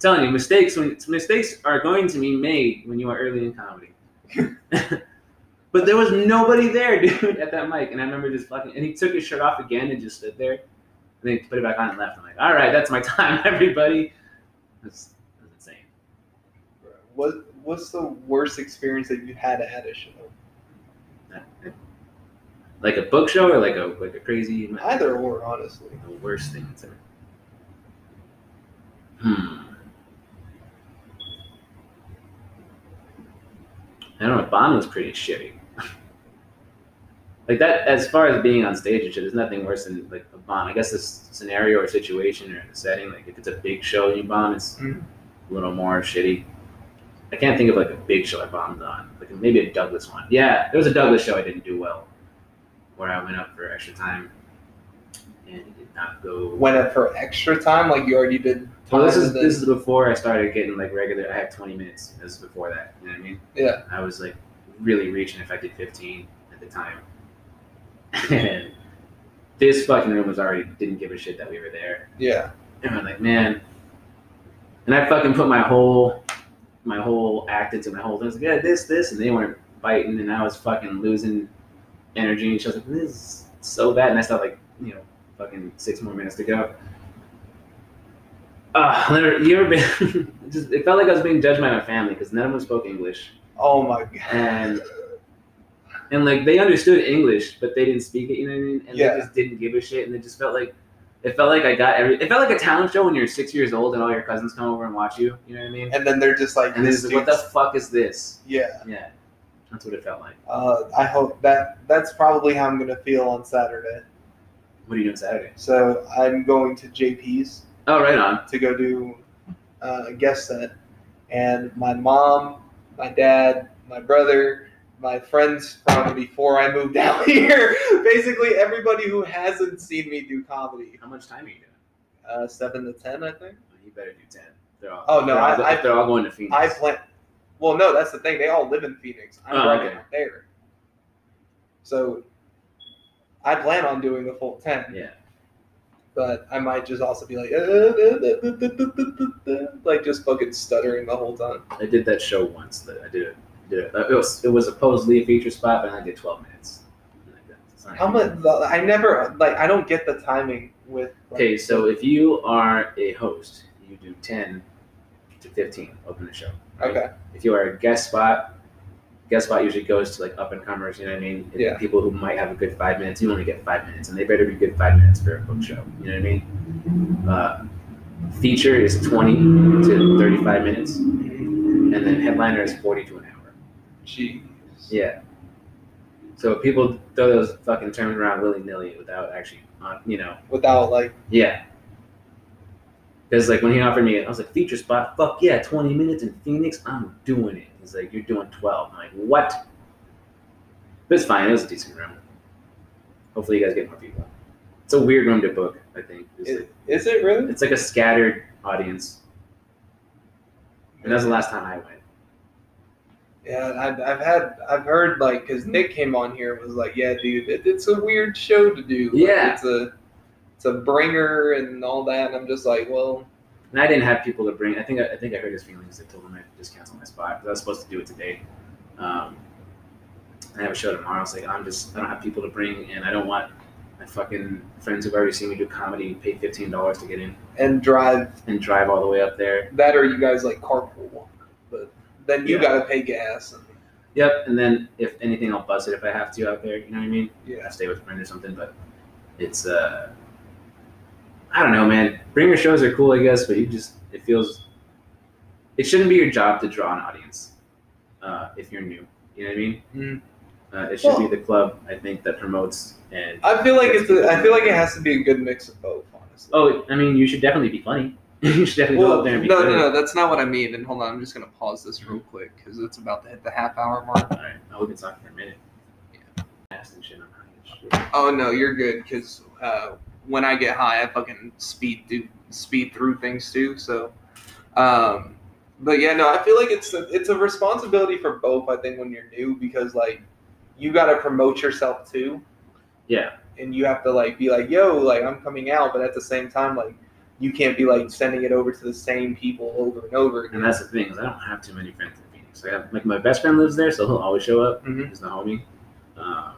Speaker 2: Telling you, mistakes when mistakes are going to be made when you are early in comedy.
Speaker 1: <laughs>
Speaker 2: but there was nobody there, <laughs> dude, at that mic, and I remember just fucking. And he took his shirt off again and just stood there, and then he put it back on and left. I'm like, all right, that's my <laughs> time, everybody. That's, that's insane.
Speaker 1: What What's the worst experience that you had at a show?
Speaker 2: like a book show or like a like a crazy
Speaker 1: Either or, honestly.
Speaker 2: the worst thing that's ever hmm I don't know Bond was pretty shitty <laughs> like that as far as being on stage and shit there's nothing worse than like a bomb I guess this scenario or situation or the setting like if it's a big show and you bomb it's
Speaker 1: Mhm.
Speaker 2: a little more shitty I can't think of like a big show I bombed on like maybe a Douglas one yeah there was a Douglas show I didn't do well where I went up for extra time and it did not go
Speaker 1: Went up uh, for extra time, like you already did.
Speaker 2: well, Oh, this
Speaker 1: time
Speaker 2: is
Speaker 1: and then-
Speaker 2: this is before I started getting like regular. I had 20 minutes. This is before that. You know what I mean?
Speaker 1: Yeah.
Speaker 2: I was like really reaching if I did 15 at the time, <laughs> and this fucking room was already didn't give a shit that we were there.
Speaker 1: Yeah.
Speaker 2: And I'm like, man. And I fucking put my whole my whole act into my whole. I was like, yeah, this, this, and they weren't biting, and I was fucking losing energy. And she was like, this is so bad, and I still had, like you know fucking six more minutes to go. Ah, I've never- you ever been? <laughs> just, it felt like I was being judged by my family because none of them spoke English,
Speaker 1: Oh my god.
Speaker 2: and and like they understood English, but they didn't speak it. You know what I mean? And
Speaker 1: Yeah.
Speaker 2: they just didn't give a shit, and it just felt like it felt like I got every. It felt like a talent show when you're six years old and all your cousins come over and watch you. You know what I mean?
Speaker 1: And then they're just like,
Speaker 2: And
Speaker 1: this
Speaker 2: this is what the
Speaker 1: dude's-
Speaker 2: fuck is this?
Speaker 1: yeah.
Speaker 2: Yeah, that's what it felt like.
Speaker 1: Uh, I hope that that's probably how I'm gonna feel on Saturday.
Speaker 2: What are you doing Saturday?
Speaker 1: So I'm going to JP's
Speaker 2: Oh, right on.
Speaker 1: to go do uh, a guest set, and my mom, my dad, my brother, my friends from before I moved <laughs> out here, basically everybody who hasn't seen me do comedy,
Speaker 2: How much time are you doing?
Speaker 1: uh, seven to ten, I think.
Speaker 2: You better do ten. They're all.
Speaker 1: Oh, no,
Speaker 2: they're all,
Speaker 1: I- I-
Speaker 2: they're all going to Phoenix.
Speaker 1: I plan. Well, no, that's the thing. They all live in Phoenix. I'm
Speaker 2: Oh,
Speaker 1: driving
Speaker 2: okay.
Speaker 1: out there, so I plan on doing the full ten.
Speaker 2: Yeah.
Speaker 1: But I might just also be like, <laughs> uh, uh, uh, uh, uh, uh, uh, like just fucking stuttering the whole time.
Speaker 2: I did that show once. That I did it. Did it. It was it was supposedly a feature spot, but I did twelve minutes. Like that. It's not
Speaker 1: How much? I never like. I don't get the timing with. Like,
Speaker 2: Okay, so if you are a host, you do ten to fifteen. Open the show. right?
Speaker 1: Okay.
Speaker 2: If you are a guest spot, guest spot usually goes to like up and comers. You know what I mean? If
Speaker 1: Yeah.
Speaker 2: People who might have a good five minutes. You only get five minutes, and they better be good five minutes for a book show. You know what I mean? Uh, feature is twenty to thirty-five minutes, and then headliner is forty to an hour.
Speaker 1: Jeez.
Speaker 2: Yeah. So people throw those fucking terms around willy nilly without actually, uh, you know,
Speaker 1: Without like,
Speaker 2: yeah. Because like when he offered me, it, I was like, feature spot, fuck yeah, twenty minutes in Phoenix, I'm doing it. He's like, you're doing twelve. I'm like, what? But it's fine. It was a decent room. Hopefully, you guys get more people. It's a weird room to book. I think it's,
Speaker 1: is,
Speaker 2: like,
Speaker 1: is it really?
Speaker 2: it's like a scattered audience, and that's the last time I went.
Speaker 1: Yeah, I've, I've had, I've heard like, because Nick came on here and was like, yeah, dude, it, it's a weird show to do. Like,
Speaker 2: Yeah.
Speaker 1: It's a, it's a bringer and all that. And I'm just like, well,
Speaker 2: And I didn't have people to bring. I think I, think I hurt his feelings. I told him I just canceled my spot. 'cause I was supposed to do it today. Um, I have a show tomorrow. I was like, I'm just I don't have people to bring, and I don't want my fucking friends who've already seen me do comedy pay fifteen dollars to get in
Speaker 1: and drive
Speaker 2: and drive all the way up there.
Speaker 1: that or you guys like carpool, but then you
Speaker 2: Yeah.
Speaker 1: gotta pay gas and
Speaker 2: Yep. And then if anything, I'll buzz it if I have to out there. You know what I mean?
Speaker 1: yeah.
Speaker 2: I stay with a friend or something. But it's uh, I don't know, man. Bringer shows are cool, I guess, but you just it feels it shouldn't be your job to draw an audience uh, if you're new. You know what I mean?
Speaker 1: Mm.
Speaker 2: Uh, it should
Speaker 1: Well-
Speaker 2: be the club I think that promotes and
Speaker 1: I feel like it's, a, I feel like it has to be a good mix of both, honestly.
Speaker 2: oh, I mean, you should definitely be funny. <laughs> you should definitely go
Speaker 1: Well,
Speaker 2: up there
Speaker 1: no,
Speaker 2: and be
Speaker 1: no,
Speaker 2: funny.
Speaker 1: no, that's not what I mean. And hold on, I'm just gonna pause this real quick because it's about to hit the half hour mark.
Speaker 2: All right, oh, we've been talking for a minute. Ass and shit on how you-
Speaker 1: Oh no, you're good because uh, when I get high, I fucking speed do speed through things too. So, um, but yeah, no, I feel like it's a, it's a responsibility for both. I think when you're new because like you got to promote yourself too,
Speaker 2: Yeah,
Speaker 1: and you have to like be like, yo, like I'm coming out, but at the same time, like you can't be like sending it over to the same people over and over.
Speaker 2: and that's the thing is I don't have too many friends in Phoenix. I have like my best friend lives there, so he'll always show up.
Speaker 1: Mhm.
Speaker 2: He's the homie. Um,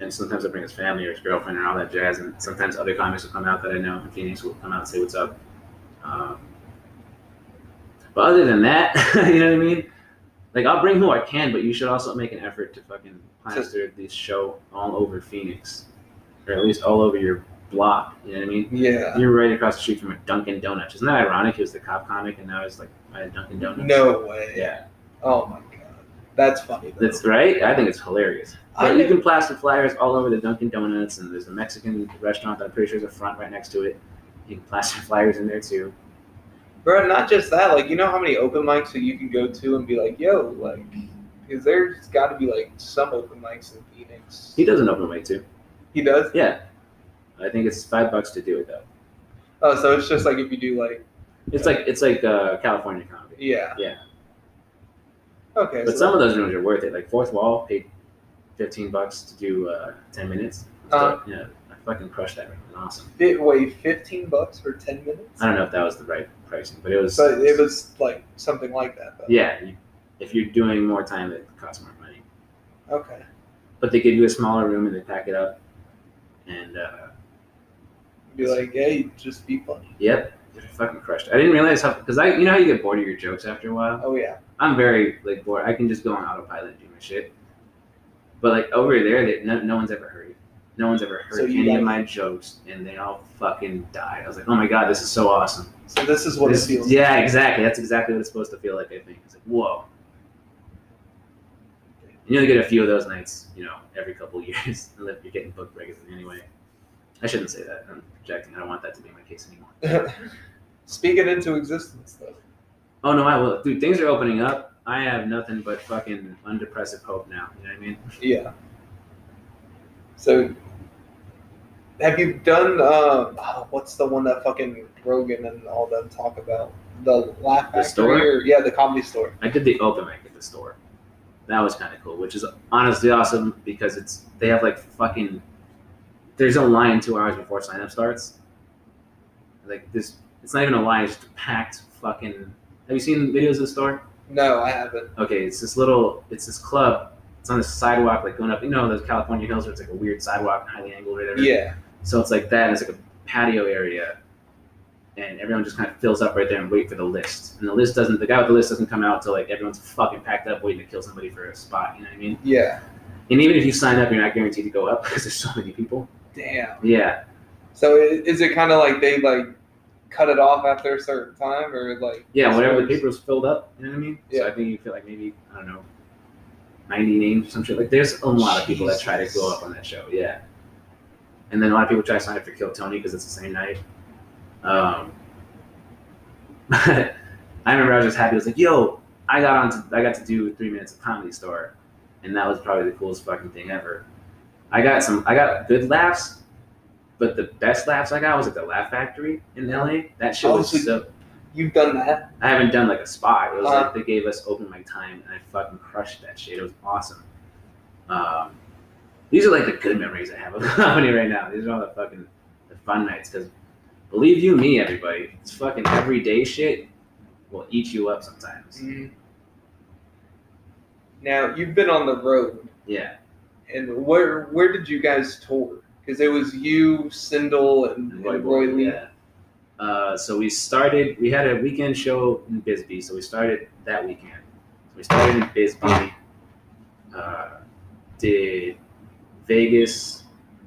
Speaker 2: and sometimes I bring his family or his girlfriend and all that jazz. And sometimes other comics will come out that I know in Phoenix will come out and say what's up. Um, but other than that, <laughs> you know what I mean? Like I'll bring who I can, but you should also make an effort to fucking plaster this show all over Phoenix, or at least all over your block. You know what I mean?
Speaker 1: Yeah.
Speaker 2: You're right across the street from a Dunkin' Donuts. Isn't that ironic? He was the cop comic, and now he's like by a Dunkin' Donuts.
Speaker 1: No way.
Speaker 2: Yeah,
Speaker 1: Oh my god, that's funny. Though.
Speaker 2: that's right. I think it's hilarious.
Speaker 1: I
Speaker 2: But you
Speaker 1: never-
Speaker 2: can plaster flyers all over the Dunkin' Donuts, and there's a Mexican restaurant that I'm pretty sure is a front right next to it. You can plaster <laughs> flyers in there too.
Speaker 1: Bro, not just that. Like, you know how many open mics that you can go to and be like, "Yo, like," because there's got to be like some open mics in Phoenix.
Speaker 2: He does an open mic too.
Speaker 1: He does.
Speaker 2: Yeah, I think it's five bucks to do it though.
Speaker 1: Oh, so it's just like if you do like,
Speaker 2: It's like it's like uh, California comedy.
Speaker 1: yeah,
Speaker 2: Yeah,
Speaker 1: okay.
Speaker 2: but
Speaker 1: so
Speaker 2: some of those rooms are worth it. Like Fourth Wall paid fifteen bucks to do uh, ten minutes. So,
Speaker 1: Uh.
Speaker 2: yeah, I fucking crushed that room. It was awesome.
Speaker 1: fi- wait, fifteen bucks for ten minutes?
Speaker 2: I don't know if that was the right pricing, but it was.
Speaker 1: So it was like something like that. Though.
Speaker 2: yeah, you, if you're doing more time, it costs more money.
Speaker 1: Okay.
Speaker 2: But they give you a smaller room and they pack it up. And uh,
Speaker 1: Be like, hey, just be funny.
Speaker 2: yep, it fucking crushed. I didn't realize how because I you know how you get bored of your jokes after a while.
Speaker 1: Oh yeah.
Speaker 2: I'm very like bored. I can just go on autopilot and do my shit. But like over there, they, no, no one's ever heard. No one's ever heard
Speaker 1: So you
Speaker 2: any
Speaker 1: like-
Speaker 2: of my jokes, and they all fucking died. I was like, oh my god, this is so awesome.
Speaker 1: So this is what
Speaker 2: This-
Speaker 1: it feels.
Speaker 2: yeah, exactly. That's exactly what it's supposed to feel like. I think it's like whoa. You only get a few of those nights, you know, every couple <laughs> of years, unless you're getting booked regularly. Anyway, I shouldn't say that. I'm projecting. I don't want that to be my case anymore.
Speaker 1: <laughs> Speak it into existence, though.
Speaker 2: Oh no, I will, dude. Things are opening up. I have nothing but fucking undepressive hope now. You know what I mean?
Speaker 1: Yeah. So, have you done? Um, oh, what's the one that fucking Rogan and all them talk about? The Laugh
Speaker 2: The
Speaker 1: Factory
Speaker 2: store?
Speaker 1: Or, yeah, the comedy store.
Speaker 2: I did the open mic at the store. That was kind of cool, which is honestly awesome because it's they have like fucking. There's a line two hours before sign up starts. Like this, it's not even a line. It's just packed fucking. Have you seen videos of the store?
Speaker 1: No, I haven't.
Speaker 2: Okay, it's this little. It's this club. It's on this sidewalk, like going up. You know those California hills where it's like a weird sidewalk, highly angled, or whatever.
Speaker 1: Yeah.
Speaker 2: So it's like that. and It's like a patio area, and everyone just kind of fills up right there and wait for the list. And the list doesn't. The guy with the list doesn't come out till like everyone's fucking packed up, waiting to kill somebody for a spot. You know what I mean?
Speaker 1: Yeah.
Speaker 2: And even if you sign up, you're not guaranteed to go up <laughs> because there's so many people.
Speaker 1: Damn.
Speaker 2: Yeah,
Speaker 1: So i- is it kind of like they like cut it off after a certain time, or like
Speaker 2: yeah. Whenever the
Speaker 1: Stores?
Speaker 2: paper's filled up, you know what I mean? So I
Speaker 1: Yeah.
Speaker 2: think you feel like maybe I don't know, ninety names or some shit. Like there's a lot of people that try to go
Speaker 1: Jesus.
Speaker 2: up on that show. Yeah. And then a lot of people try to sign up for Kill Tony because it's the same night. Um, <laughs> I remember I was just happy. I was like, "Yo, I got on. To, I got to do three minutes of comedy store, and that was probably the coolest fucking thing ever. I got some. I got good laughs, but the best laughs I got was at the Laugh Factory in LA. That shit
Speaker 1: Oh,
Speaker 2: was
Speaker 1: so-
Speaker 2: so.
Speaker 1: you've done that?
Speaker 2: I haven't done like a spot. It was
Speaker 1: Uh-huh.
Speaker 2: like they gave us open mic time, and I fucking crushed that shit. It was awesome. Um, these are like the <laughs> good memories I have of comedy right now. These are all the fucking the fun nights. Because believe you me, everybody, it's fucking everyday shit will eat you up sometimes.
Speaker 1: Mhm. Now you've been on the road,
Speaker 2: Yeah,
Speaker 1: and where where did you guys tour? Because it was you, Sindel, and,
Speaker 2: and
Speaker 1: and
Speaker 2: Roy
Speaker 1: Roy,
Speaker 2: Boyd,
Speaker 1: Lee.
Speaker 2: Yeah. Uh, so we started. We had a weekend show in Bisbee. So we started that weekend. So we started in Bisbee. Uh, did Vegas,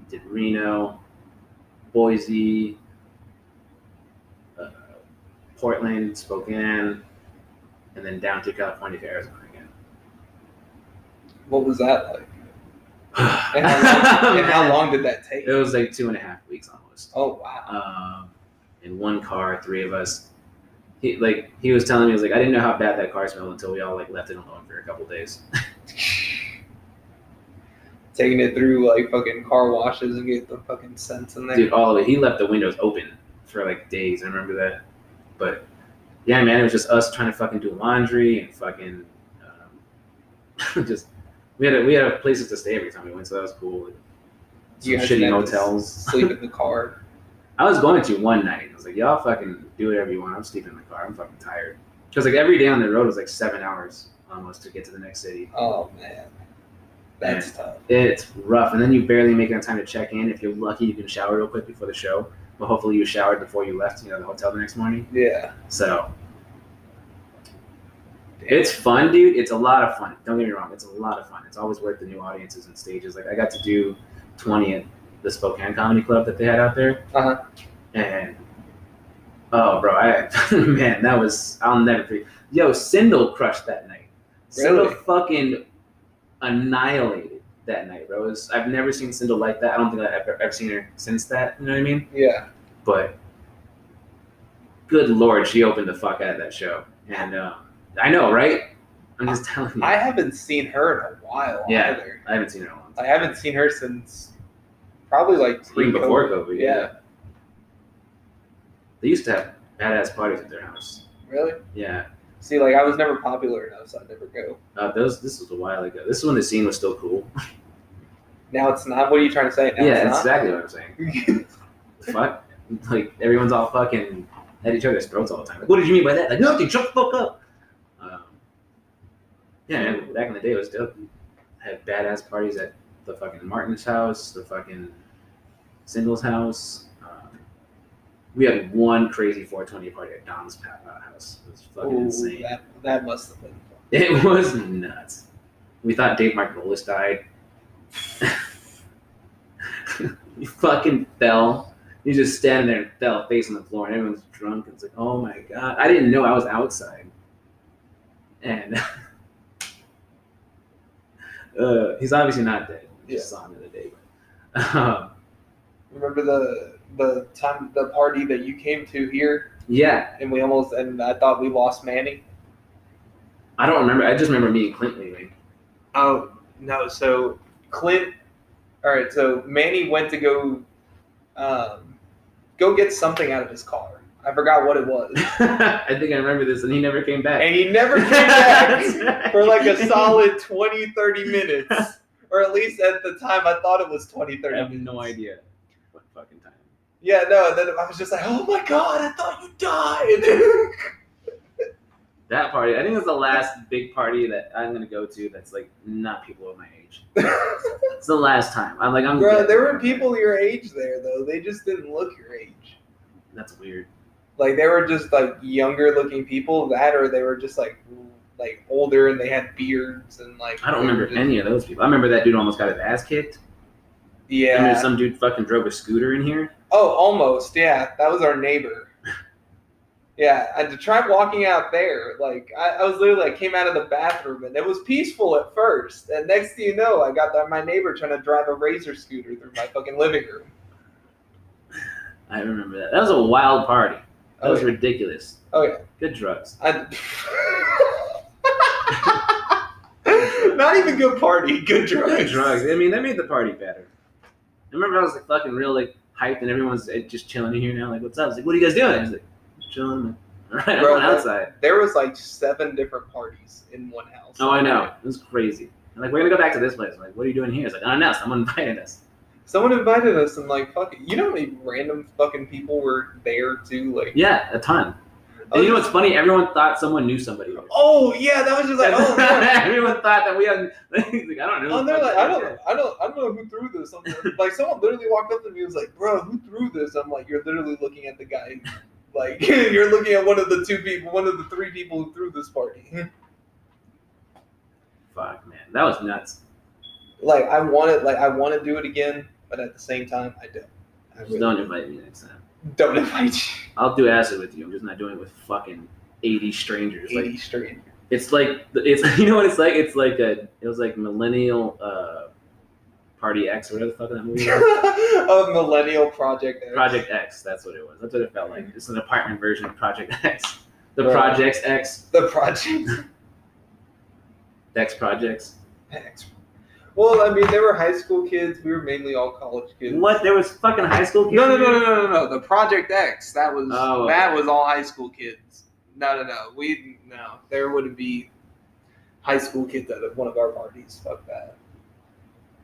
Speaker 2: did Reno, Boise, uh, Portland, Spokane, and then down to California to Arizona again.
Speaker 1: What was that
Speaker 2: <laughs>
Speaker 1: like? And how, long, and how long did that take?
Speaker 2: It was like two and a half weeks almost.
Speaker 1: Oh wow.
Speaker 2: um, in one car, three of us. He like he was telling me, he was like, I didn't know how bad that car smelled until we all like left it alone for a couple days.
Speaker 1: taking it through like fucking car washes and get the fucking scents in there.
Speaker 2: Dude, all of it. He left the windows open for like days. I remember that. But yeah, man, it was just us trying to fucking do laundry and fucking um, <laughs> just we had a, we had places to stay every time we went, so that was cool. Like,
Speaker 1: You
Speaker 2: some
Speaker 1: guys
Speaker 2: shitty
Speaker 1: had to
Speaker 2: hotels.
Speaker 1: Sleep in the
Speaker 2: <laughs>
Speaker 1: car.
Speaker 2: I was going to one night. I was like, y'all fucking do whatever you want. I'm sleeping in the car. I'm fucking tired. Because like every day on the road was like seven hours almost to get to the next city.
Speaker 1: Oh man, that's tough.
Speaker 2: It's rough, and then you barely make enough time to check in. If you're lucky, you can shower real quick before the show. But hopefully, you showered before you left, you know, the hotel the next morning.
Speaker 1: Yeah,
Speaker 2: So it's fun, dude. It's a lot of fun. Don't get me wrong. It's a lot of fun. It's always worth the new audiences and stages. Like I got to do 20 at the Spokane Comedy Club that they had out there.
Speaker 1: Uh-huh.
Speaker 2: And oh, bro, I <laughs> man, that was I'll never forget. Yo, Sindel crushed that night.
Speaker 1: Really?
Speaker 2: Sindel fucking annihilated that night, bro. It was- I've never seen Sindel like that. I don't think I've ever, ever seen her since that. You know what I mean?
Speaker 1: yeah.
Speaker 2: but good lord, she opened the fuck out of that show. And uh, I know, right? I'm just telling you.
Speaker 1: I
Speaker 2: I,
Speaker 1: haven't seen her in a while
Speaker 2: Yeah.
Speaker 1: either.
Speaker 2: haven't seen her in a long time.
Speaker 1: I haven't seen her since probably like
Speaker 2: Even before
Speaker 1: pre-COVID.
Speaker 2: COVID,
Speaker 1: Yeah.
Speaker 2: They used to have badass parties at their house.
Speaker 1: Really?
Speaker 2: Yeah.
Speaker 1: See, like I was never popular enough, so I never go.
Speaker 2: Uh, those. This was a while ago. This is when the scene was still cool.
Speaker 1: Now it's not. What are you trying to say? Now
Speaker 2: yeah,
Speaker 1: it's
Speaker 2: exactly what I'm saying.
Speaker 1: not.
Speaker 2: Fuck. Like everyone's all fucking at each other's throats all the time. Like, what did you mean by that? Like nothing. Shut the fuck up. Um, yeah, man, back in the day, it was dope. I had badass parties at the fucking Martin's house, the fucking Singles house. Um, we had one crazy 420 party at Dom's pa- uh, house. It was <laughs> fucking
Speaker 1: Ooh,
Speaker 2: insane.
Speaker 1: that that must have been. fun.
Speaker 2: <laughs> It was nuts. We thought Dave Margolis died. <laughs> he fucking fell. He was just standing there and fell face on the floor, and everyone's drunk. It's like, oh my god, I didn't know I was outside. And <laughs> uh, he's obviously not dead. We just saw him the other day. But, um,
Speaker 1: Remember the the time the party that you came to here,
Speaker 2: yeah,
Speaker 1: and we almost and I thought we lost Manny.
Speaker 2: I don't remember. I just remember me and Clint leaving. <laughs>
Speaker 1: Oh no! So Clint. All right. So Manny went to go, um, go get something out of his car. I forgot what it was,
Speaker 2: I think I remember this, and he never came back.
Speaker 1: and he never came back.
Speaker 2: <laughs>
Speaker 1: for like a solid 20, 30 minutes. Or at least at the time, I thought it was 20, 30
Speaker 2: I have
Speaker 1: minutes.
Speaker 2: no idea what fucking time.
Speaker 1: Yeah, no, and then I was just like, oh my god, I thought you died. <laughs>
Speaker 2: That party, I think it's the last big party that I'm gonna go to that's like not people of my
Speaker 1: <laughs>
Speaker 2: age. It's the last time. I'm like, I'm.
Speaker 1: Bro,
Speaker 2: good.
Speaker 1: there were people your age there, though. They just didn't look your age.
Speaker 2: That's weird.
Speaker 1: Like, they were just like younger looking people, that, or they were just like like older and they had beards and like.
Speaker 2: I
Speaker 1: they
Speaker 2: don't
Speaker 1: were
Speaker 2: remember
Speaker 1: just-
Speaker 2: any of those people. I remember that dude almost got his ass kicked. I remember
Speaker 1: Yeah.
Speaker 2: some dude fucking drove a scooter in here.
Speaker 1: Oh, almost. Yeah, that was our
Speaker 2: <laughs>
Speaker 1: neighbor. Yeah, and to try walking out there, like I, I was literally like came out of the bathroom and it was peaceful at first, and next thing you know, I got that my neighbor trying to drive a razor scooter through my fucking living room.
Speaker 2: I remember that. That was a wild party. That
Speaker 1: Oh,
Speaker 2: was
Speaker 1: yeah.
Speaker 2: ridiculous.
Speaker 1: Oh, yeah.
Speaker 2: Good drugs.
Speaker 1: I- <laughs> Not even good party, good drugs.
Speaker 2: <laughs> Good drugs. I mean, that made the party better. I remember I was like fucking real like hyped, and everyone's eh, just chilling in here now. Like, what's up? I was like, what are you guys doing? I was like, chilling. I'm like, <laughs> All right, I'm
Speaker 1: Bro,
Speaker 2: going
Speaker 1: that-
Speaker 2: outside.
Speaker 1: There was like seven different parties in one house.
Speaker 2: Oh, I know. It was crazy. I'm like, we're gonna go back to this place. I'm like, what are you doing here? It's like, I don't know. Someone <laughs> invited us.
Speaker 1: Someone invited us and like fucking, you know how many random fucking people were there too, like.
Speaker 2: Yeah, a ton.
Speaker 1: I
Speaker 2: And you know
Speaker 1: was
Speaker 2: what's funny? Everyone thought someone knew somebody. <laughs> there.
Speaker 1: Oh yeah, that was just like oh. yeah.
Speaker 2: <laughs> Everyone thought that we had. <laughs> like, I don't know.
Speaker 1: Oh, they're like, I don't, know, I don't, I don't know who threw this. I'm like, like, someone literally walked up to me and was like, "Bro, who threw this?" I'm like, "You're literally looking at the guy, who- like <laughs> you're looking at one of the two people, one of the three people who threw this party." <laughs>
Speaker 2: Fuck, man, that was nuts.
Speaker 1: Like, I want it, like I want to do it again, but at the same time, I don't. I
Speaker 2: Just
Speaker 1: really
Speaker 2: don't invite me next time.
Speaker 1: don't invite you.
Speaker 2: I'll do acid with you. I'm just not doing it with fucking eighty strangers. Like
Speaker 1: Eighty straight.
Speaker 2: it's like it's <laughs> you know what it's like. It's like a it was like millennial uh party X or whatever the fuck that movie. was.
Speaker 1: <laughs> A millennial project. X.
Speaker 2: Project X. That's what it was. That's what it felt like. It's an apartment version of Project X. The
Speaker 1: Right.
Speaker 2: Projects X.
Speaker 1: <laughs> The project.
Speaker 2: X Projects.
Speaker 1: X. Well, I mean, they were high school kids. We were mainly all college kids.
Speaker 2: What? There was fucking high school kids.
Speaker 1: No, no,
Speaker 2: in
Speaker 1: no, no,
Speaker 2: there?
Speaker 1: no, no, no. The Project X. That was
Speaker 2: Oh,
Speaker 1: that
Speaker 2: okay.
Speaker 1: was all high school kids. No, no, no. We no. There wouldn't be high school kids at one of our parties. Fuck that.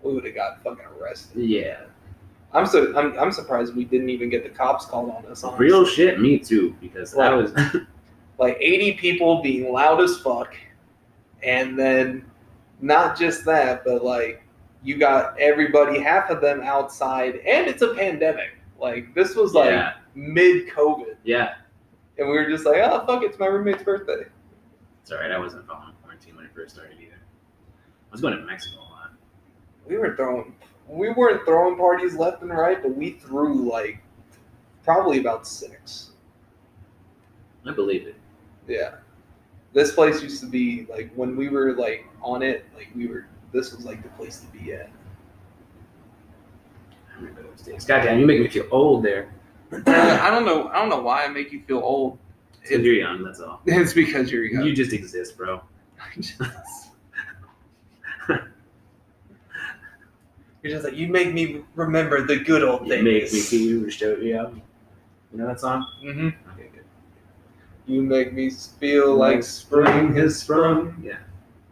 Speaker 1: We would have got fucking arrested.
Speaker 2: Yeah.
Speaker 1: I'm so I'm, I'm surprised we didn't even get the cops called on us. Honestly.
Speaker 2: Real shit, me too, because I was
Speaker 1: like 80 people being loud as fuck and then not just that but like you got everybody half of them outside and it's a pandemic like this was like
Speaker 2: yeah,
Speaker 1: mid covid
Speaker 2: yeah.
Speaker 1: and we were just like oh fuck it's my roommate's birthday
Speaker 2: It's alright, I wasn't following quarantine when it first started either. I was going to Mexico a lot.
Speaker 1: we were throwing we weren't throwing parties left and right but we threw like probably about six
Speaker 2: I believe it.
Speaker 1: yeah this place used to be like when we were like on it like we were this was like the place to be at
Speaker 2: I remember those days. Goddamn, you make me feel old there.
Speaker 1: Uh, I don't know. I don't know why I make you feel old. <laughs>
Speaker 2: So you're young, that's all.
Speaker 1: It's because you're young.
Speaker 2: You just exist, bro.
Speaker 1: <laughs>
Speaker 2: <laughs>
Speaker 1: you're just like you make me remember the good old
Speaker 2: You
Speaker 1: days.
Speaker 2: make me feel you show you up. You know that song?
Speaker 1: Mhm.
Speaker 2: Okay, good.
Speaker 1: You make me feel like spring has sprung.
Speaker 2: Yeah.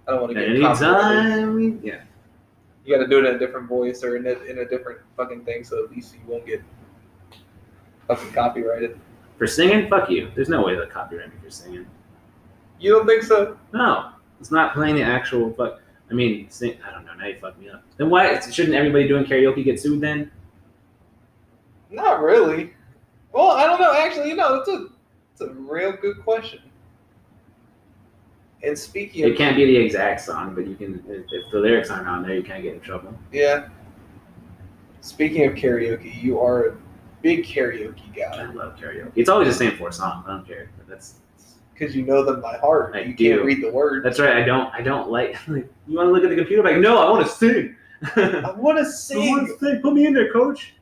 Speaker 1: I don't want to get copyrighted.
Speaker 2: Anytime. Yeah.
Speaker 1: You got to do it in a different voice or in a, in a different fucking thing, so at least you won't get fucking copyrighted.
Speaker 2: For singing, fuck you. There's no way they'll copyright me for singing.
Speaker 1: You don't think so?
Speaker 2: No, it's not playing the actual fuck. I mean, sing, I don't know. Now you fucked me up. Then why shouldn't everybody doing karaoke get sued then?
Speaker 1: Not really. Well, I don't know. Actually, you know, it's a it's a real good question. And speaking of
Speaker 2: It can't be the exact song, but you can. If, if the lyrics aren't on there, you can't get in trouble.
Speaker 1: Yeah. Speaking of karaoke, you are a big karaoke
Speaker 2: I
Speaker 1: guy
Speaker 2: love karaoke. It's always the same four songs. I don't care. That's
Speaker 1: because you know them by heart.
Speaker 2: I
Speaker 1: you
Speaker 2: do.
Speaker 1: can't read the words.
Speaker 2: that's right. I don't. I don't like. <laughs> like you want to look at the computer? I'm like, no, I want to sing. <laughs>
Speaker 1: I want to
Speaker 2: I want
Speaker 1: sing.
Speaker 2: to sing. Put me in there, coach.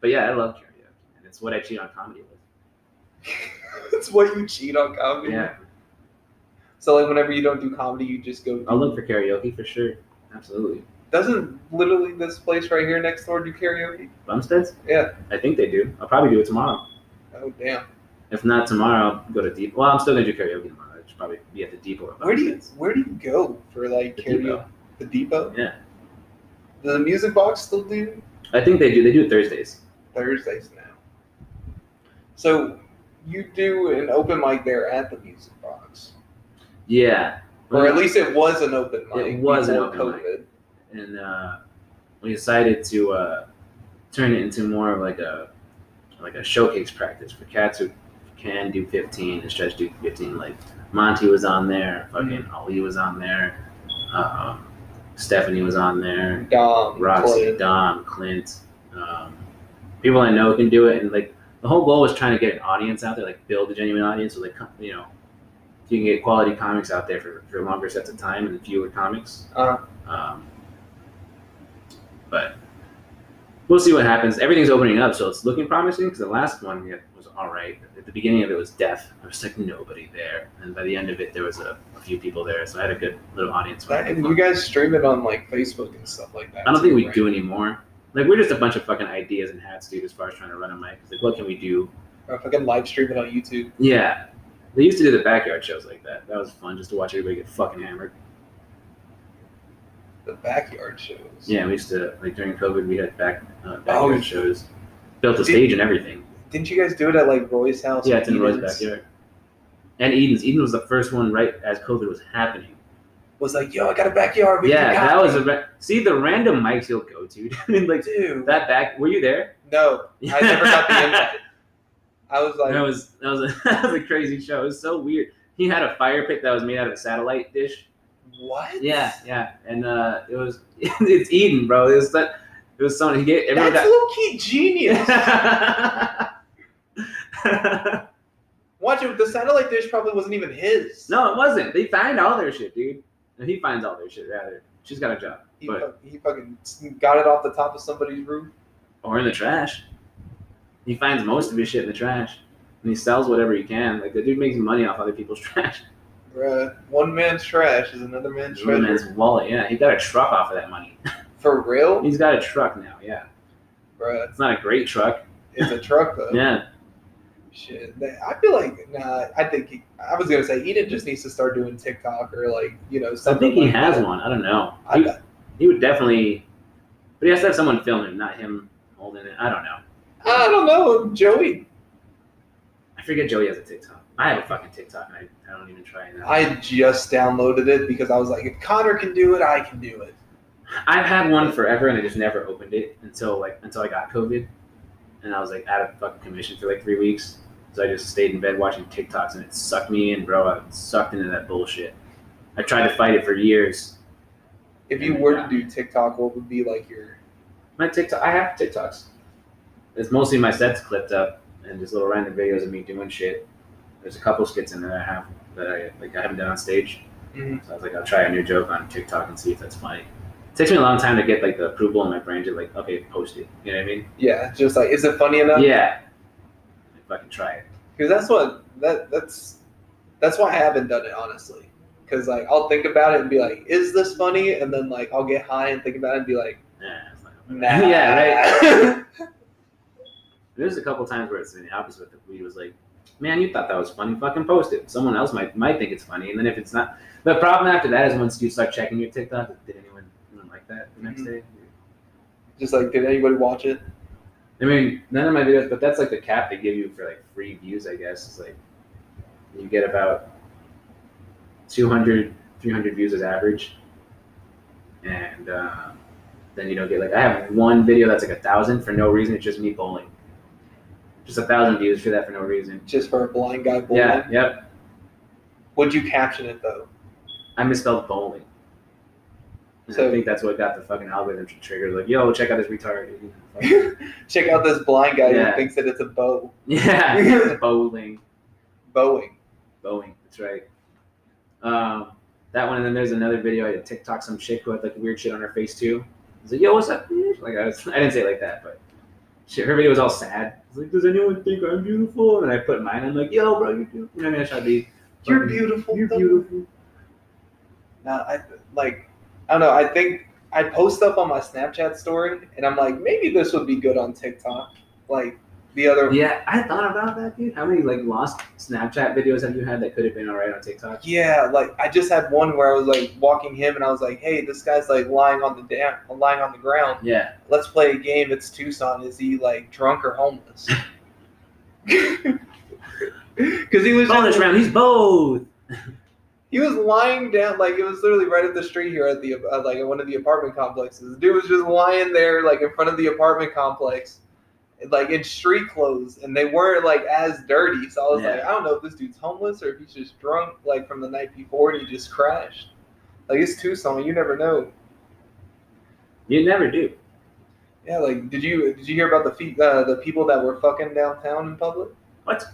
Speaker 2: But yeah, I love karaoke, and it's what I cheat on comedy with.
Speaker 1: <laughs> That's what you cheat on comedy.
Speaker 2: Yeah,
Speaker 1: So like whenever you don't do comedy, you just go.
Speaker 2: I'll look for karaoke for sure. Absolutely.
Speaker 1: Doesn't literally this place right here next door do karaoke?
Speaker 2: Bumsteads?
Speaker 1: Yeah.
Speaker 2: I think they do. I'll probably do it tomorrow.
Speaker 1: Oh damn.
Speaker 2: If not tomorrow, I'll go to Deep. Well, I'm still gonna do karaoke tomorrow. I should probably be at the Depot. or
Speaker 1: Where do you
Speaker 2: Bumpkins.
Speaker 1: where do you go for like
Speaker 2: The
Speaker 1: karaoke?
Speaker 2: Depot.
Speaker 1: The depot.
Speaker 2: Yeah.
Speaker 1: Does the music box still do
Speaker 2: I think they do. They do it Thursdays.
Speaker 1: Thursdays now? So you do an open mic there at the music box.
Speaker 2: Yeah.
Speaker 1: or at least it was an open mic.
Speaker 2: It was an
Speaker 1: before
Speaker 2: open mic. And uh, we decided to uh, turn it into more of like a like a showcase practice for cats who can do 15 and stretch do 15. Like Monty was on there. Fucking Ali was on there. Um, Stephanie was on there.
Speaker 1: Dom,
Speaker 2: Roxy,
Speaker 1: Clay.
Speaker 2: Dom, Clint, um, people I know can do it. And like the whole goal was trying to get an audience out there, like build a genuine audience. So like co- you know, if you can get quality comics out there for, for longer sets of time and fewer comics.
Speaker 1: Uh-huh.
Speaker 2: Um, but we'll see what happens. Everything's opening up, so it's looking promising. Because the last one yeah, was all right. At the beginning of it was deaf. There was like nobody there, and by the end of it, there was a, a few people there. So I had a good little audience. when I
Speaker 1: That-
Speaker 2: did
Speaker 1: and
Speaker 2: one.
Speaker 1: you guys stream it on like Facebook and stuff like that.
Speaker 2: I don't think
Speaker 1: too,
Speaker 2: we
Speaker 1: right?
Speaker 2: do anymore. Like we're just a bunch of fucking ideas and hats, dude. As far as trying to run a mic, It's like what can we do?
Speaker 1: Or fucking live stream it on YouTube.
Speaker 2: Yeah, they used to do the backyard shows like that. That was fun, just to watch everybody get fucking hammered.
Speaker 1: The backyard shows.
Speaker 2: Yeah, we used to like during COVID, we had back uh, backyard
Speaker 1: Oh.
Speaker 2: shows, built a
Speaker 1: Did-
Speaker 2: stage and everything.
Speaker 1: Didn't you guys do it at like Roy's house?
Speaker 2: Yeah, it's in Roy's
Speaker 1: Eden's?
Speaker 2: backyard. And Eden's. Eden was the first one right as COVID was happening.
Speaker 1: Was like, yo, I got a backyard. We
Speaker 2: yeah,
Speaker 1: got
Speaker 2: that was a ra- see the random mics you'll go to. <laughs> dude, like
Speaker 1: dude.
Speaker 2: that back. Were you there?
Speaker 1: No, I never got
Speaker 2: <laughs>
Speaker 1: the invite. I was like,
Speaker 2: that was that was a, <laughs> that was a crazy show. It was so weird. He had a fire pit that was made out of a satellite dish.
Speaker 1: what?
Speaker 2: Yeah, yeah, and uh, it was <laughs> it's Eden, bro. It was that it was someone he gave everyone
Speaker 1: That's
Speaker 2: got.
Speaker 1: low key
Speaker 2: <laughs>
Speaker 1: genius. Watch it. The satellite dish probably wasn't even his.
Speaker 2: <laughs> no, it wasn't. They find all their shit, dude. And he finds all their shit rather. She's got a job,
Speaker 1: He,
Speaker 2: but
Speaker 1: fu- he fucking got it off the top of somebody's roof.
Speaker 2: or in the trash. He finds most of his shit in the trash, and he sells whatever he can. Like the dude makes money off other people's <laughs> trash.
Speaker 1: Bruh, one man's trash is another man's
Speaker 2: This one
Speaker 1: treasure.
Speaker 2: man's wallet. Yeah, he got a truck off of that money.
Speaker 1: For real,
Speaker 2: He's got a truck now. Yeah,
Speaker 1: bruh,
Speaker 2: it's not a great truck.
Speaker 1: it's a truck though.
Speaker 2: Yeah,
Speaker 1: Shit, that- I feel like nah. I think he, I was gonna say Eden just needs to start doing TikTok or like you know
Speaker 2: I
Speaker 1: something.
Speaker 2: think he
Speaker 1: like
Speaker 2: has
Speaker 1: that.
Speaker 2: one. I don't know.
Speaker 1: I
Speaker 2: He,
Speaker 1: got-
Speaker 2: he would definitely, but he has to have someone film him, not him holding it. I don't know.
Speaker 1: I don't know, Joey.
Speaker 2: I forget Joey has a TikTok. I have a fucking TikTok, and I, I don't even try it. I,
Speaker 1: I just downloaded it because I was like, if Connor can do it, I can do it.
Speaker 2: I've had one forever, and I just never opened it until like until I got COVID, and I was like out of fucking commission for like three weeks. So I just stayed in bed watching TikToks, and it sucked me in, bro. I sucked into that bullshit. I tried to fight it for years.
Speaker 1: If you were to do TikTok, what would be like your?
Speaker 2: My TikTok, I have TikToks. It's mostly my sets clipped up and just little random videos of me doing shit. There's a couple skits in there I have that I like I haven't done on stage.
Speaker 1: Mhm.
Speaker 2: So I was like, I'll try a new joke on TikTok and see if that's funny. It takes me a long time to get like the approval in my brain to like, okay, post it. You know what I mean?
Speaker 1: Yeah, just like is it funny enough?
Speaker 2: Yeah. If I can try it.
Speaker 1: because that's what that that's that's why I haven't done it honestly. Because like I'll think about it and be like, is this funny? And then like I'll get high and think about it and be like,
Speaker 2: Yeah, it's not gonna
Speaker 1: nah.
Speaker 2: work. <laughs> yeah, right.
Speaker 1: <laughs> right.
Speaker 2: There's a couple times where it's been the opposite with the weed was like, Man, you thought that was funny, fucking post it. Someone else might might think it's funny, and then if it's not the problem after that is once you start checking your TikTok, did anyone, anyone like that the next
Speaker 1: Mhm.
Speaker 2: day?
Speaker 1: just like, did anybody watch it?
Speaker 2: I mean, none of my videos, but that's like the cap they give you for like free views, I guess. It's like you get about 200, 300 views as average. And um, then you don't get like, I have one video that's like a thousand for no reason. It's just me bowling. Just a thousand views for that for no reason.
Speaker 1: Just for a blind guy bowling?
Speaker 2: Yeah, yep.
Speaker 1: Would you caption it though? <laughs>
Speaker 2: I misspelled bowling. And I
Speaker 1: So-
Speaker 2: think that's what got the fucking algorithm to trigger. Like, yo, check out this retard. <laughs>
Speaker 1: Check out this blind guy
Speaker 2: Yeah.
Speaker 1: who thinks that it's a
Speaker 2: <laughs>
Speaker 1: bow <laughs>
Speaker 2: yeah, bowling.
Speaker 1: bowing.
Speaker 2: Boeing. That's right. Um, that one, and then there's another video I did TikTok some chick who had like weird shit on her face too. I was like, "Yo, what's up?" bitch?" Like I, was, <laughs> I didn't say it like that, but shit, her video was all sad. I was like, "Does anyone think I'm beautiful?" And I put mine. I'm like, "Yo, bro, you do." You know what I mean? I should be.
Speaker 1: You're beautiful.
Speaker 2: You're
Speaker 1: though.
Speaker 2: beautiful.
Speaker 1: Now I like I don't know. I think I post stuff on my Snapchat story, and I'm like, maybe this would be good on TikTok. Like the other, yeah,
Speaker 2: Yeah, I thought about that, dude. How many like lost Snapchat videos have you had that could have been alright on TikTok?
Speaker 1: like I just had one where I was like walking him, and I was like, hey, this guy's like lying on the damn, lying on the ground.
Speaker 2: Yeah,
Speaker 1: Let's play a game. It's Tucson. Is he like drunk or homeless? <laughs> Because he was
Speaker 2: bonus
Speaker 1: just,
Speaker 2: round. He's both.
Speaker 1: he was lying down like it was literally right up the street here at the uh, like at one of the apartment complexes. The dude was just lying there like in front of the apartment complex, like in street clothes, and they weren't like as dirty. So I was like,
Speaker 2: Yeah.
Speaker 1: I don't know if this dude's homeless or if he's just drunk like from the night before and he just crashed. Like it's Tucson, you never know.
Speaker 2: You never do.
Speaker 1: Yeah, like did you did you hear about the fe- uh, the people that were fucking downtown in public?
Speaker 2: What?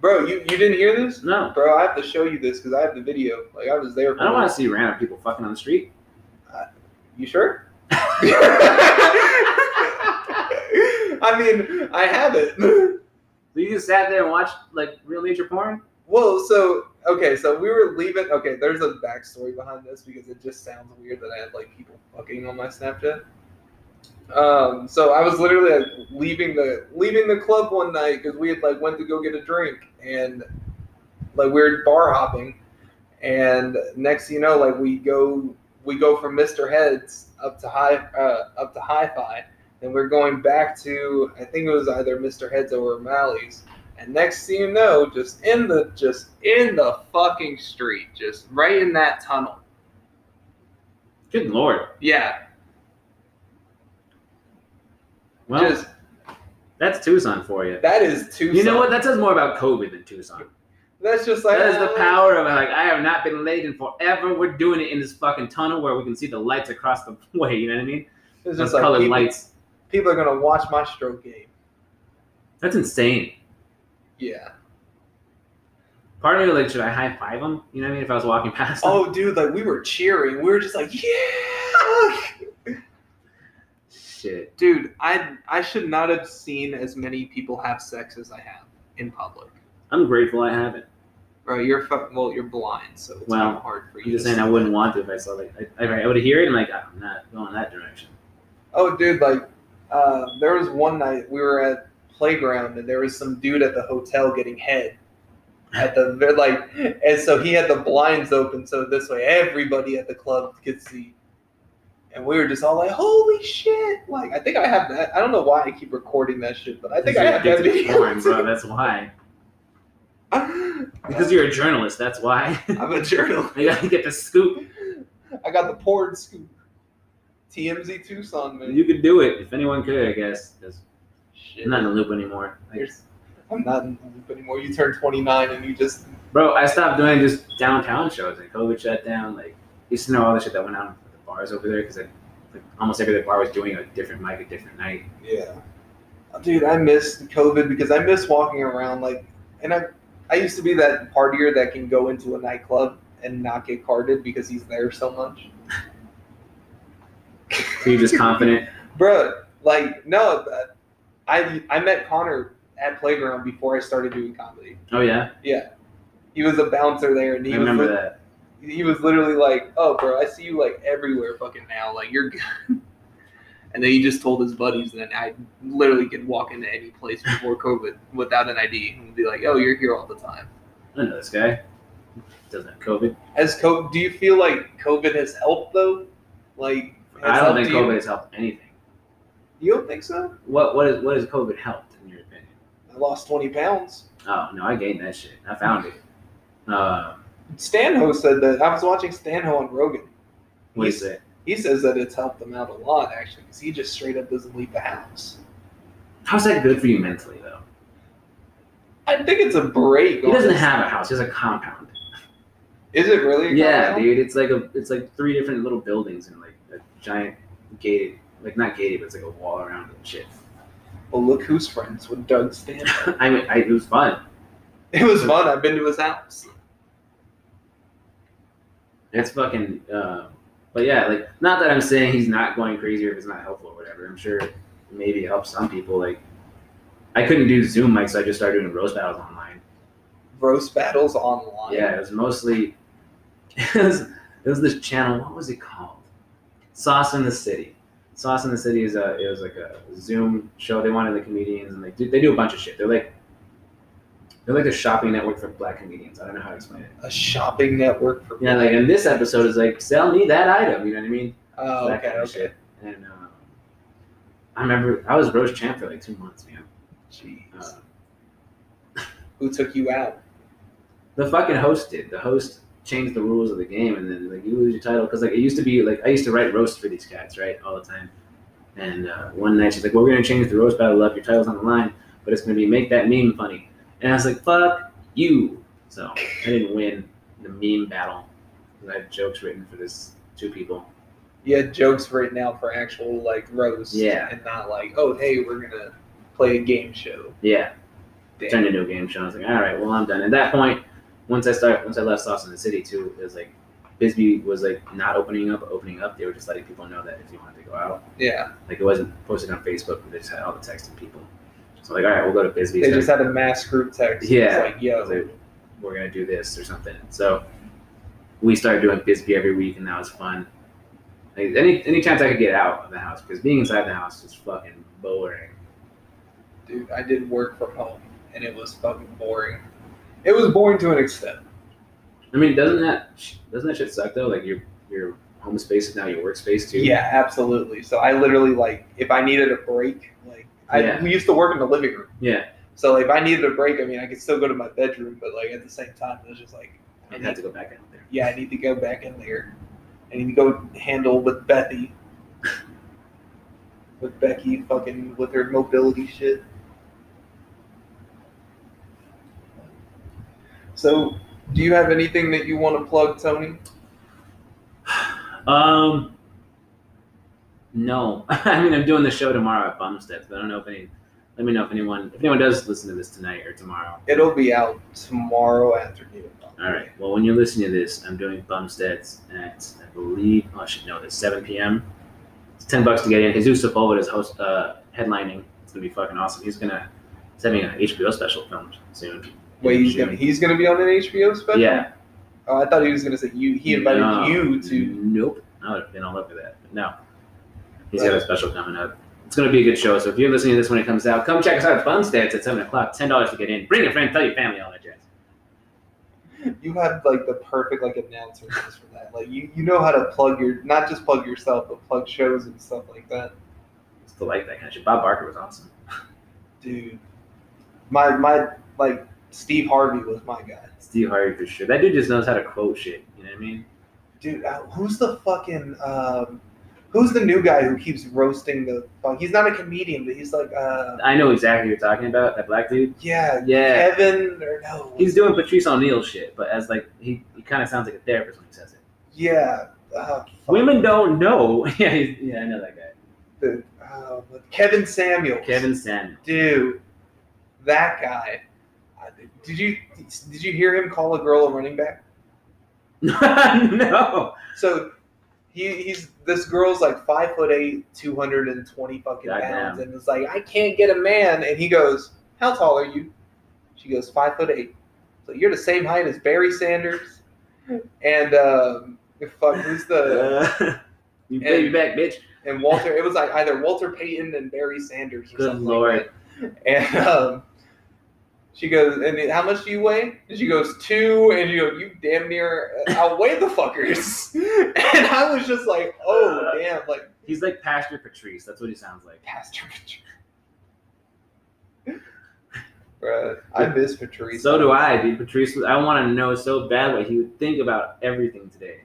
Speaker 1: Bro, you, you didn't hear this?
Speaker 2: No,
Speaker 1: Bro, I have to show you this because I have the video. Like I was there.
Speaker 2: I don't want to see random people fucking on the street.
Speaker 1: You sure? <laughs> I mean, I have it.
Speaker 2: So you just sat there and watched like real nature porn?
Speaker 1: Well, so okay, so we were leaving. Okay, there's a backstory behind this because it just sounds weird that I have like people fucking on my Snapchat. Um, so I was literally like, leaving the leaving the club one night because we had like went to go get a drink and like we were bar hopping, and next thing you know, like we go we go from Mr. Heads up to high uh, up to Hi-Fi, and we're going back to I think it was either Mr. Heads or O'Malley's. And next thing you know, just in the just in the fucking street, just right in that tunnel.
Speaker 2: Good lord.
Speaker 1: Yeah,
Speaker 2: Well,
Speaker 1: just
Speaker 2: that's Tucson for you.
Speaker 1: that is too.
Speaker 2: You know what? That says more about COVID than Tucson.
Speaker 1: That's just like
Speaker 2: That is the power of like I have not been late in forever. We're doing it in this fucking tunnel where we can see the lights across the <laughs> way. You know what I mean?
Speaker 1: It's
Speaker 2: Those
Speaker 1: just like
Speaker 2: colored
Speaker 1: people,
Speaker 2: lights.
Speaker 1: people are gonna watch my stroke game.
Speaker 2: That's insane.
Speaker 1: Yeah.
Speaker 2: Part of me was like, should I high five them? You know what I mean? If I was walking past them.
Speaker 1: Oh, dude, like we were cheering. We were just like, yeah.
Speaker 2: shit.
Speaker 1: Dude, I I should not have seen as many people have sex as I have in public.
Speaker 2: I'm grateful I haven't.
Speaker 1: bro, you're fuck. Well, you're blind, so it's
Speaker 2: Well,
Speaker 1: kind of hard for you.
Speaker 2: I'm just
Speaker 1: to
Speaker 2: saying I
Speaker 1: see.
Speaker 2: wouldn't want to if I saw like I, I would hear it. and I'm like I'm not going that direction.
Speaker 1: Oh, dude, like uh, there was one night we were at playground and there was some dude at the hotel getting head at the they're like, and so he had the blinds open so this way everybody at the club could see. And we were just all like, "Holy shit!" Like, I think I have that. I don't know why I keep recording that shit, but I think I have
Speaker 2: Because
Speaker 1: that <laughs>
Speaker 2: you're addicted to porn, bro.
Speaker 1: video.
Speaker 2: That's why.
Speaker 1: <laughs> too.
Speaker 2: Because you're a journalist. That's why.
Speaker 1: <laughs> I'm a journalist.
Speaker 2: <laughs> you gotta get the scoop.
Speaker 1: I got the porn scoop. TMZ Tucson, man.
Speaker 2: You could do it if anyone could. I guess. 'cause
Speaker 1: shit.
Speaker 2: I'm not in the loop anymore. Like,
Speaker 1: You're- I'm not in the loop anymore. You turn 29 and you just
Speaker 2: Bro, I stopped doing just downtown shows. Like COVID shut down. Like used to know all the shit that went on with the bars over there because like, like almost every bar was doing a different mic, a different night.
Speaker 1: Yeah. Dude, I miss COVID because I miss walking around like and I I used to be that partier that can go into a nightclub and not get carded because he's there so much. <laughs>
Speaker 2: So you're just confident.
Speaker 1: Bruh, like no, but I I met Connor at playground before I started doing comedy.
Speaker 2: Oh yeah,
Speaker 1: He was a bouncer there and
Speaker 2: I
Speaker 1: he
Speaker 2: remember
Speaker 1: was
Speaker 2: that.
Speaker 1: li- he was literally like, "Oh, bro, I see you like everywhere fucking now. Like you're good." <laughs> And then he just told his buddies that I literally could walk into any place before COVID <laughs> without an ID and be like, "Oh, you're here all the time."
Speaker 2: I know this guy. Doesn't have COVID.
Speaker 1: Has COVID, do you feel like COVID has helped though? Like, has
Speaker 2: I don't
Speaker 1: helped
Speaker 2: think
Speaker 1: you?
Speaker 2: COVID has helped anything.
Speaker 1: You don't think so?
Speaker 2: What what is what has COVID helped in your opinion?
Speaker 1: I lost 20 pounds.
Speaker 2: Oh no, I gained that shit. I found it. Uh,
Speaker 1: Stanho said that. I was watching Stanho on Rogan.
Speaker 2: what is it?
Speaker 1: He says that it's helped him out a lot, actually, because he just straight up doesn't leave the house.
Speaker 2: How's that good for you mentally though?
Speaker 1: I think it's a break.
Speaker 2: He doesn't
Speaker 1: honestly.
Speaker 2: have a house. He has a compound.
Speaker 1: Is it really? a
Speaker 2: Yeah,
Speaker 1: compound?
Speaker 2: dude, it's like a it's like three different little buildings and like a giant gated like not gated, but it's like a wall around it and shit. <laughs>
Speaker 1: Well, look who's friends with Doug Stanho.
Speaker 2: I mean, I, it was fun.
Speaker 1: <laughs> it was fun. I've been to his house.
Speaker 2: It's fucking. Uh, but yeah, like not that I'm saying he's not going crazy or if it's not helpful or whatever. I'm sure maybe it helps some people. Like I couldn't do Zoom mics, so I just started doing roast battles online.
Speaker 1: Roast battles online.
Speaker 2: Yeah, it was mostly <laughs> it was, it was this channel. What was it called? Sauce in the City. Sauce in the City is a it was like a Zoom show. They wanted the comedians and they do they do a bunch of shit. They're like they're like the shopping network for black comedians. I don't know how to explain it.
Speaker 1: A shopping network for
Speaker 2: Yeah, like and this episode is like sell me that item. You know what I mean?
Speaker 1: Oh,
Speaker 2: that
Speaker 1: okay,
Speaker 2: kind of
Speaker 1: okay.
Speaker 2: shit. And um, I remember I was roast champ for like two months, man.
Speaker 1: Jeez.
Speaker 2: Uh,
Speaker 1: Who took you out?
Speaker 2: the fucking host did. The host changed the rules of the game, and then like you lose your title because like it used to be like I used to write roasts for these cats right all the time. And uh, one night she's like, "Well, we're gonna change the roast battle up. Your title's on the line, but it's gonna be make that meme funny." And I was like, "Fuck you!" So I didn't win the meme battle. 'cause I had jokes written for this two people.
Speaker 1: you had jokes written out for actual like roast
Speaker 2: Yeah.
Speaker 1: and not like oh hey we're gonna play a game show
Speaker 2: Yeah,
Speaker 1: Damn.
Speaker 2: turned into a game show. I was like, "All right, well, I'm done." At that point, once I start, once I left Sauce in the City too, it was like Bisbee was like not opening up, opening up. They were just letting people know that if you wanted to go out.
Speaker 1: yeah
Speaker 2: Like it wasn't posted on Facebook, but they just had all the texting people. So like, all right, we'll go to Bisbee.
Speaker 1: they just had a mass group text
Speaker 2: Yeah.
Speaker 1: it's like yo
Speaker 2: Like, we're gonna do this or something. So we started doing Bisbee every week, and that was fun. Like, any any chance I could get out of the house because being inside the house is fucking boring.
Speaker 1: dude I did work from home and it was fucking boring it was boring to an extent
Speaker 2: I mean, doesn't that doesn't that shit suck though? Like your your home space is now your workspace too.
Speaker 1: yeah absolutely so I literally like if I needed a break like I
Speaker 2: Yeah.
Speaker 1: we used to work in the living room
Speaker 2: Yeah.
Speaker 1: so like, if I needed a break I mean I could still go to my bedroom but like at the same time it was just like I
Speaker 2: I'd
Speaker 1: need
Speaker 2: have to go back out there.
Speaker 1: yeah, I need to go back in there. I need to go handle with
Speaker 2: <laughs>
Speaker 1: Bethy. with Becky fucking with her mobility shit. So, do you have anything that you want to plug, Tony?
Speaker 2: <sighs> Um, no. <laughs> I mean, I'm doing the show tomorrow at Bum Steps, but I don't know if any. Let me know if anyone if anyone does listen to this tonight or tomorrow.
Speaker 1: It'll be out tomorrow afternoon.
Speaker 2: All right. Well, when you're listening to this, I'm doing Bum Steps at I believe oh, I should know this 7 p.m. It's ten bucks to get in. Jesus Sepulveda is host uh, headlining. It's gonna be fucking awesome. He's gonna send me an HBO special film soon.
Speaker 1: Wait,
Speaker 2: in
Speaker 1: he's gonna
Speaker 2: June.
Speaker 1: he's gonna be on an HBO special.
Speaker 2: Yeah.
Speaker 1: Oh, I thought he was gonna say you. He invited
Speaker 2: No.
Speaker 1: you to.
Speaker 2: Nope. I would have been all over that. But no. He's got a special coming up. It's going to be a good show. So if you're listening to this when it comes out, come check us out at Bun Stats at 7 o'clock. $10 to get in. Bring a friend, tell your family, all that jazz.
Speaker 1: You had like the perfect like announcer voice for that. Like you, you know how to plug your not just plug yourself, but plug shows and stuff like that,
Speaker 2: Still like that kind of shit. Bob Barker was awesome.
Speaker 1: dude. My my like Steve Harvey was my guy,
Speaker 2: Steve Harvey for sure. That dude just knows how to quote shit. You know what I mean?
Speaker 1: dude. uh, Who's the fucking um, who's the new guy who keeps roasting the? fuck? He's not a comedian, but he's like uh,
Speaker 2: I know exactly who you're talking about. That black dude.
Speaker 1: yeah,
Speaker 2: Yeah.
Speaker 1: Kevin or no,
Speaker 2: He's doing Patrice O'Neill shit, but as like he, he kind of sounds like a therapist when he says it.
Speaker 1: yeah. Uh, fuck.
Speaker 2: Women don't know. <laughs> yeah, he's, yeah, I know that guy.
Speaker 1: the, uh, Kevin Samuels.
Speaker 2: Kevin Samuel. <laughs>
Speaker 1: dude, that guy. I- Did you did you hear him call a girl a running back?
Speaker 2: no.
Speaker 1: So he, he's this girl's like five foot eight, two hundred and twenty fucking
Speaker 2: Goddamn.
Speaker 1: pounds, and it's like I can't get a man, and he goes, "How tall are you?" She goes, five foot eight. So you're the same height as Barry Sanders, and um, fuck, who's
Speaker 2: <laughs>
Speaker 1: the
Speaker 2: Uh, you pay me back, bitch.
Speaker 1: and Walter? It was like either Walter Payton and Barry Sanders. Or
Speaker 2: Good
Speaker 1: something
Speaker 2: lord.
Speaker 1: Like that. And <laughs> um, she goes, and how much do you weigh? And she goes, two. And you go, you damn near uh, outweigh the fuckers. <laughs> and I was just like, oh, damn, like,
Speaker 2: He's like Pastor Patrice. That's what he sounds like.
Speaker 1: Pastor Patrice. Bruh, I miss Patrice.
Speaker 2: So do I, dude. Patrice, was- I want to know so bad what he would think about everything today.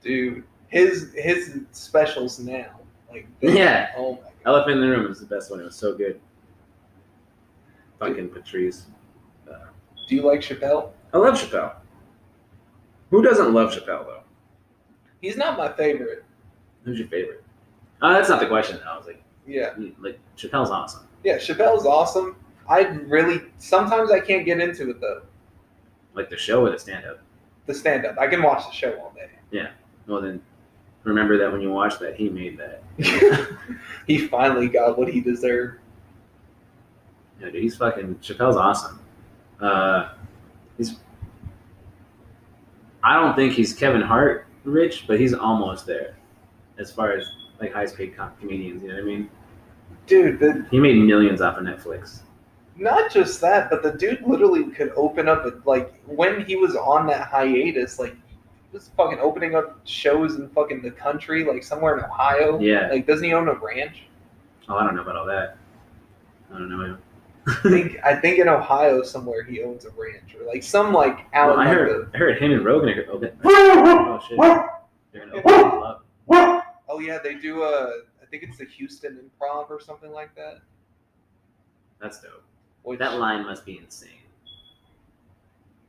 Speaker 1: Dude, his, his specials now. Like, they-
Speaker 2: Yeah.
Speaker 1: Oh, my God.
Speaker 2: Elephant in the Room was the best one. It was so good. Fucking Patrice.
Speaker 1: Do you like Chappelle?
Speaker 2: I love Chappelle. Who doesn't love Chappelle though?
Speaker 1: He's not my favorite.
Speaker 2: Who's your favorite? Uh, that's not the question. I was like,
Speaker 1: Yeah.
Speaker 2: mm, like Chappelle's awesome.
Speaker 1: Yeah, Chappelle's awesome. I really, sometimes I can't get into it, though.
Speaker 2: Like the show or the stand-up.
Speaker 1: The stand up. I can watch the show all day.
Speaker 2: Well then, remember that when you watch that, he made that.
Speaker 1: <laughs> he finally got what he deserved.
Speaker 2: Yeah, dude, he's fucking Chappelle's awesome. Uh, he's. I don't think he's Kevin Hart rich, but he's almost there, as far as like highest paid com- comedians. You know what I mean?
Speaker 1: Dude, the,
Speaker 2: He made millions off of Netflix.
Speaker 1: not just that, but the dude literally could open up, a, like, when he was on that hiatus, like, he was fucking opening up shows in fucking the country, like somewhere in Ohio.
Speaker 2: Yeah.
Speaker 1: Like, doesn't he own a ranch?
Speaker 2: Oh, I don't know about all that. I don't know.
Speaker 1: I think, I think in Ohio somewhere he owns a ranch, or like some, like, out
Speaker 2: <laughs> Well, I
Speaker 1: like
Speaker 2: heard. I heard him and Rogan are open.
Speaker 1: the-
Speaker 2: Oh shit. They're gonna open it up.
Speaker 1: Oh, yeah, they do a, I think it's the Houston Improv or something like that.
Speaker 2: That's dope.
Speaker 1: Which,
Speaker 2: That line must be insane,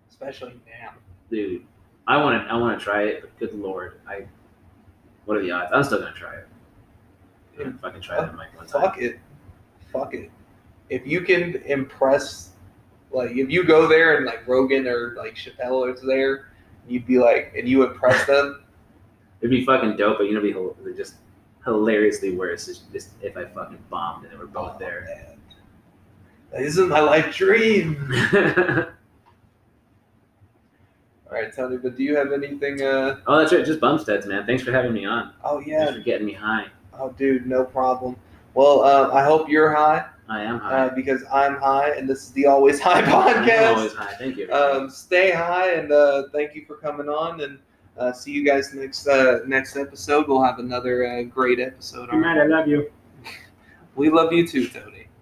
Speaker 1: especially now.
Speaker 2: dude. I want to. I want to try it. But good lord, I. What are the odds? I'm still gonna try it. I'm gonna fucking try that mic one time.
Speaker 1: fuck it fuck it if you can impress like if you go there and like rogan or like chappelle is there you'd be like and you impress them
Speaker 2: It'd be fucking dope, but you know, it'd be hil- it'd just hilariously worse. Is just if I fucking bombed and they were <laughs> both there.
Speaker 1: oh,
Speaker 2: <laughs>
Speaker 1: man. this is my life dream
Speaker 2: oh,
Speaker 1: all right tony but do you have anything uh
Speaker 2: Oh, that's right. Just Bumsteads, man. Thanks for having me on.
Speaker 1: oh
Speaker 2: Thanks
Speaker 1: yeah
Speaker 2: for getting me high.
Speaker 1: oh dude no problem well uh, i hope you're high
Speaker 2: I am high.
Speaker 1: uh, because i'm high and this is the always high
Speaker 2: I'm
Speaker 1: podcast
Speaker 2: always high. Thank you.
Speaker 1: um, stay high and uh, thank you for coming on and uh, see you guys next uh, next episode we'll have another uh, great episode
Speaker 2: Good night. I love you.
Speaker 1: we love you too tony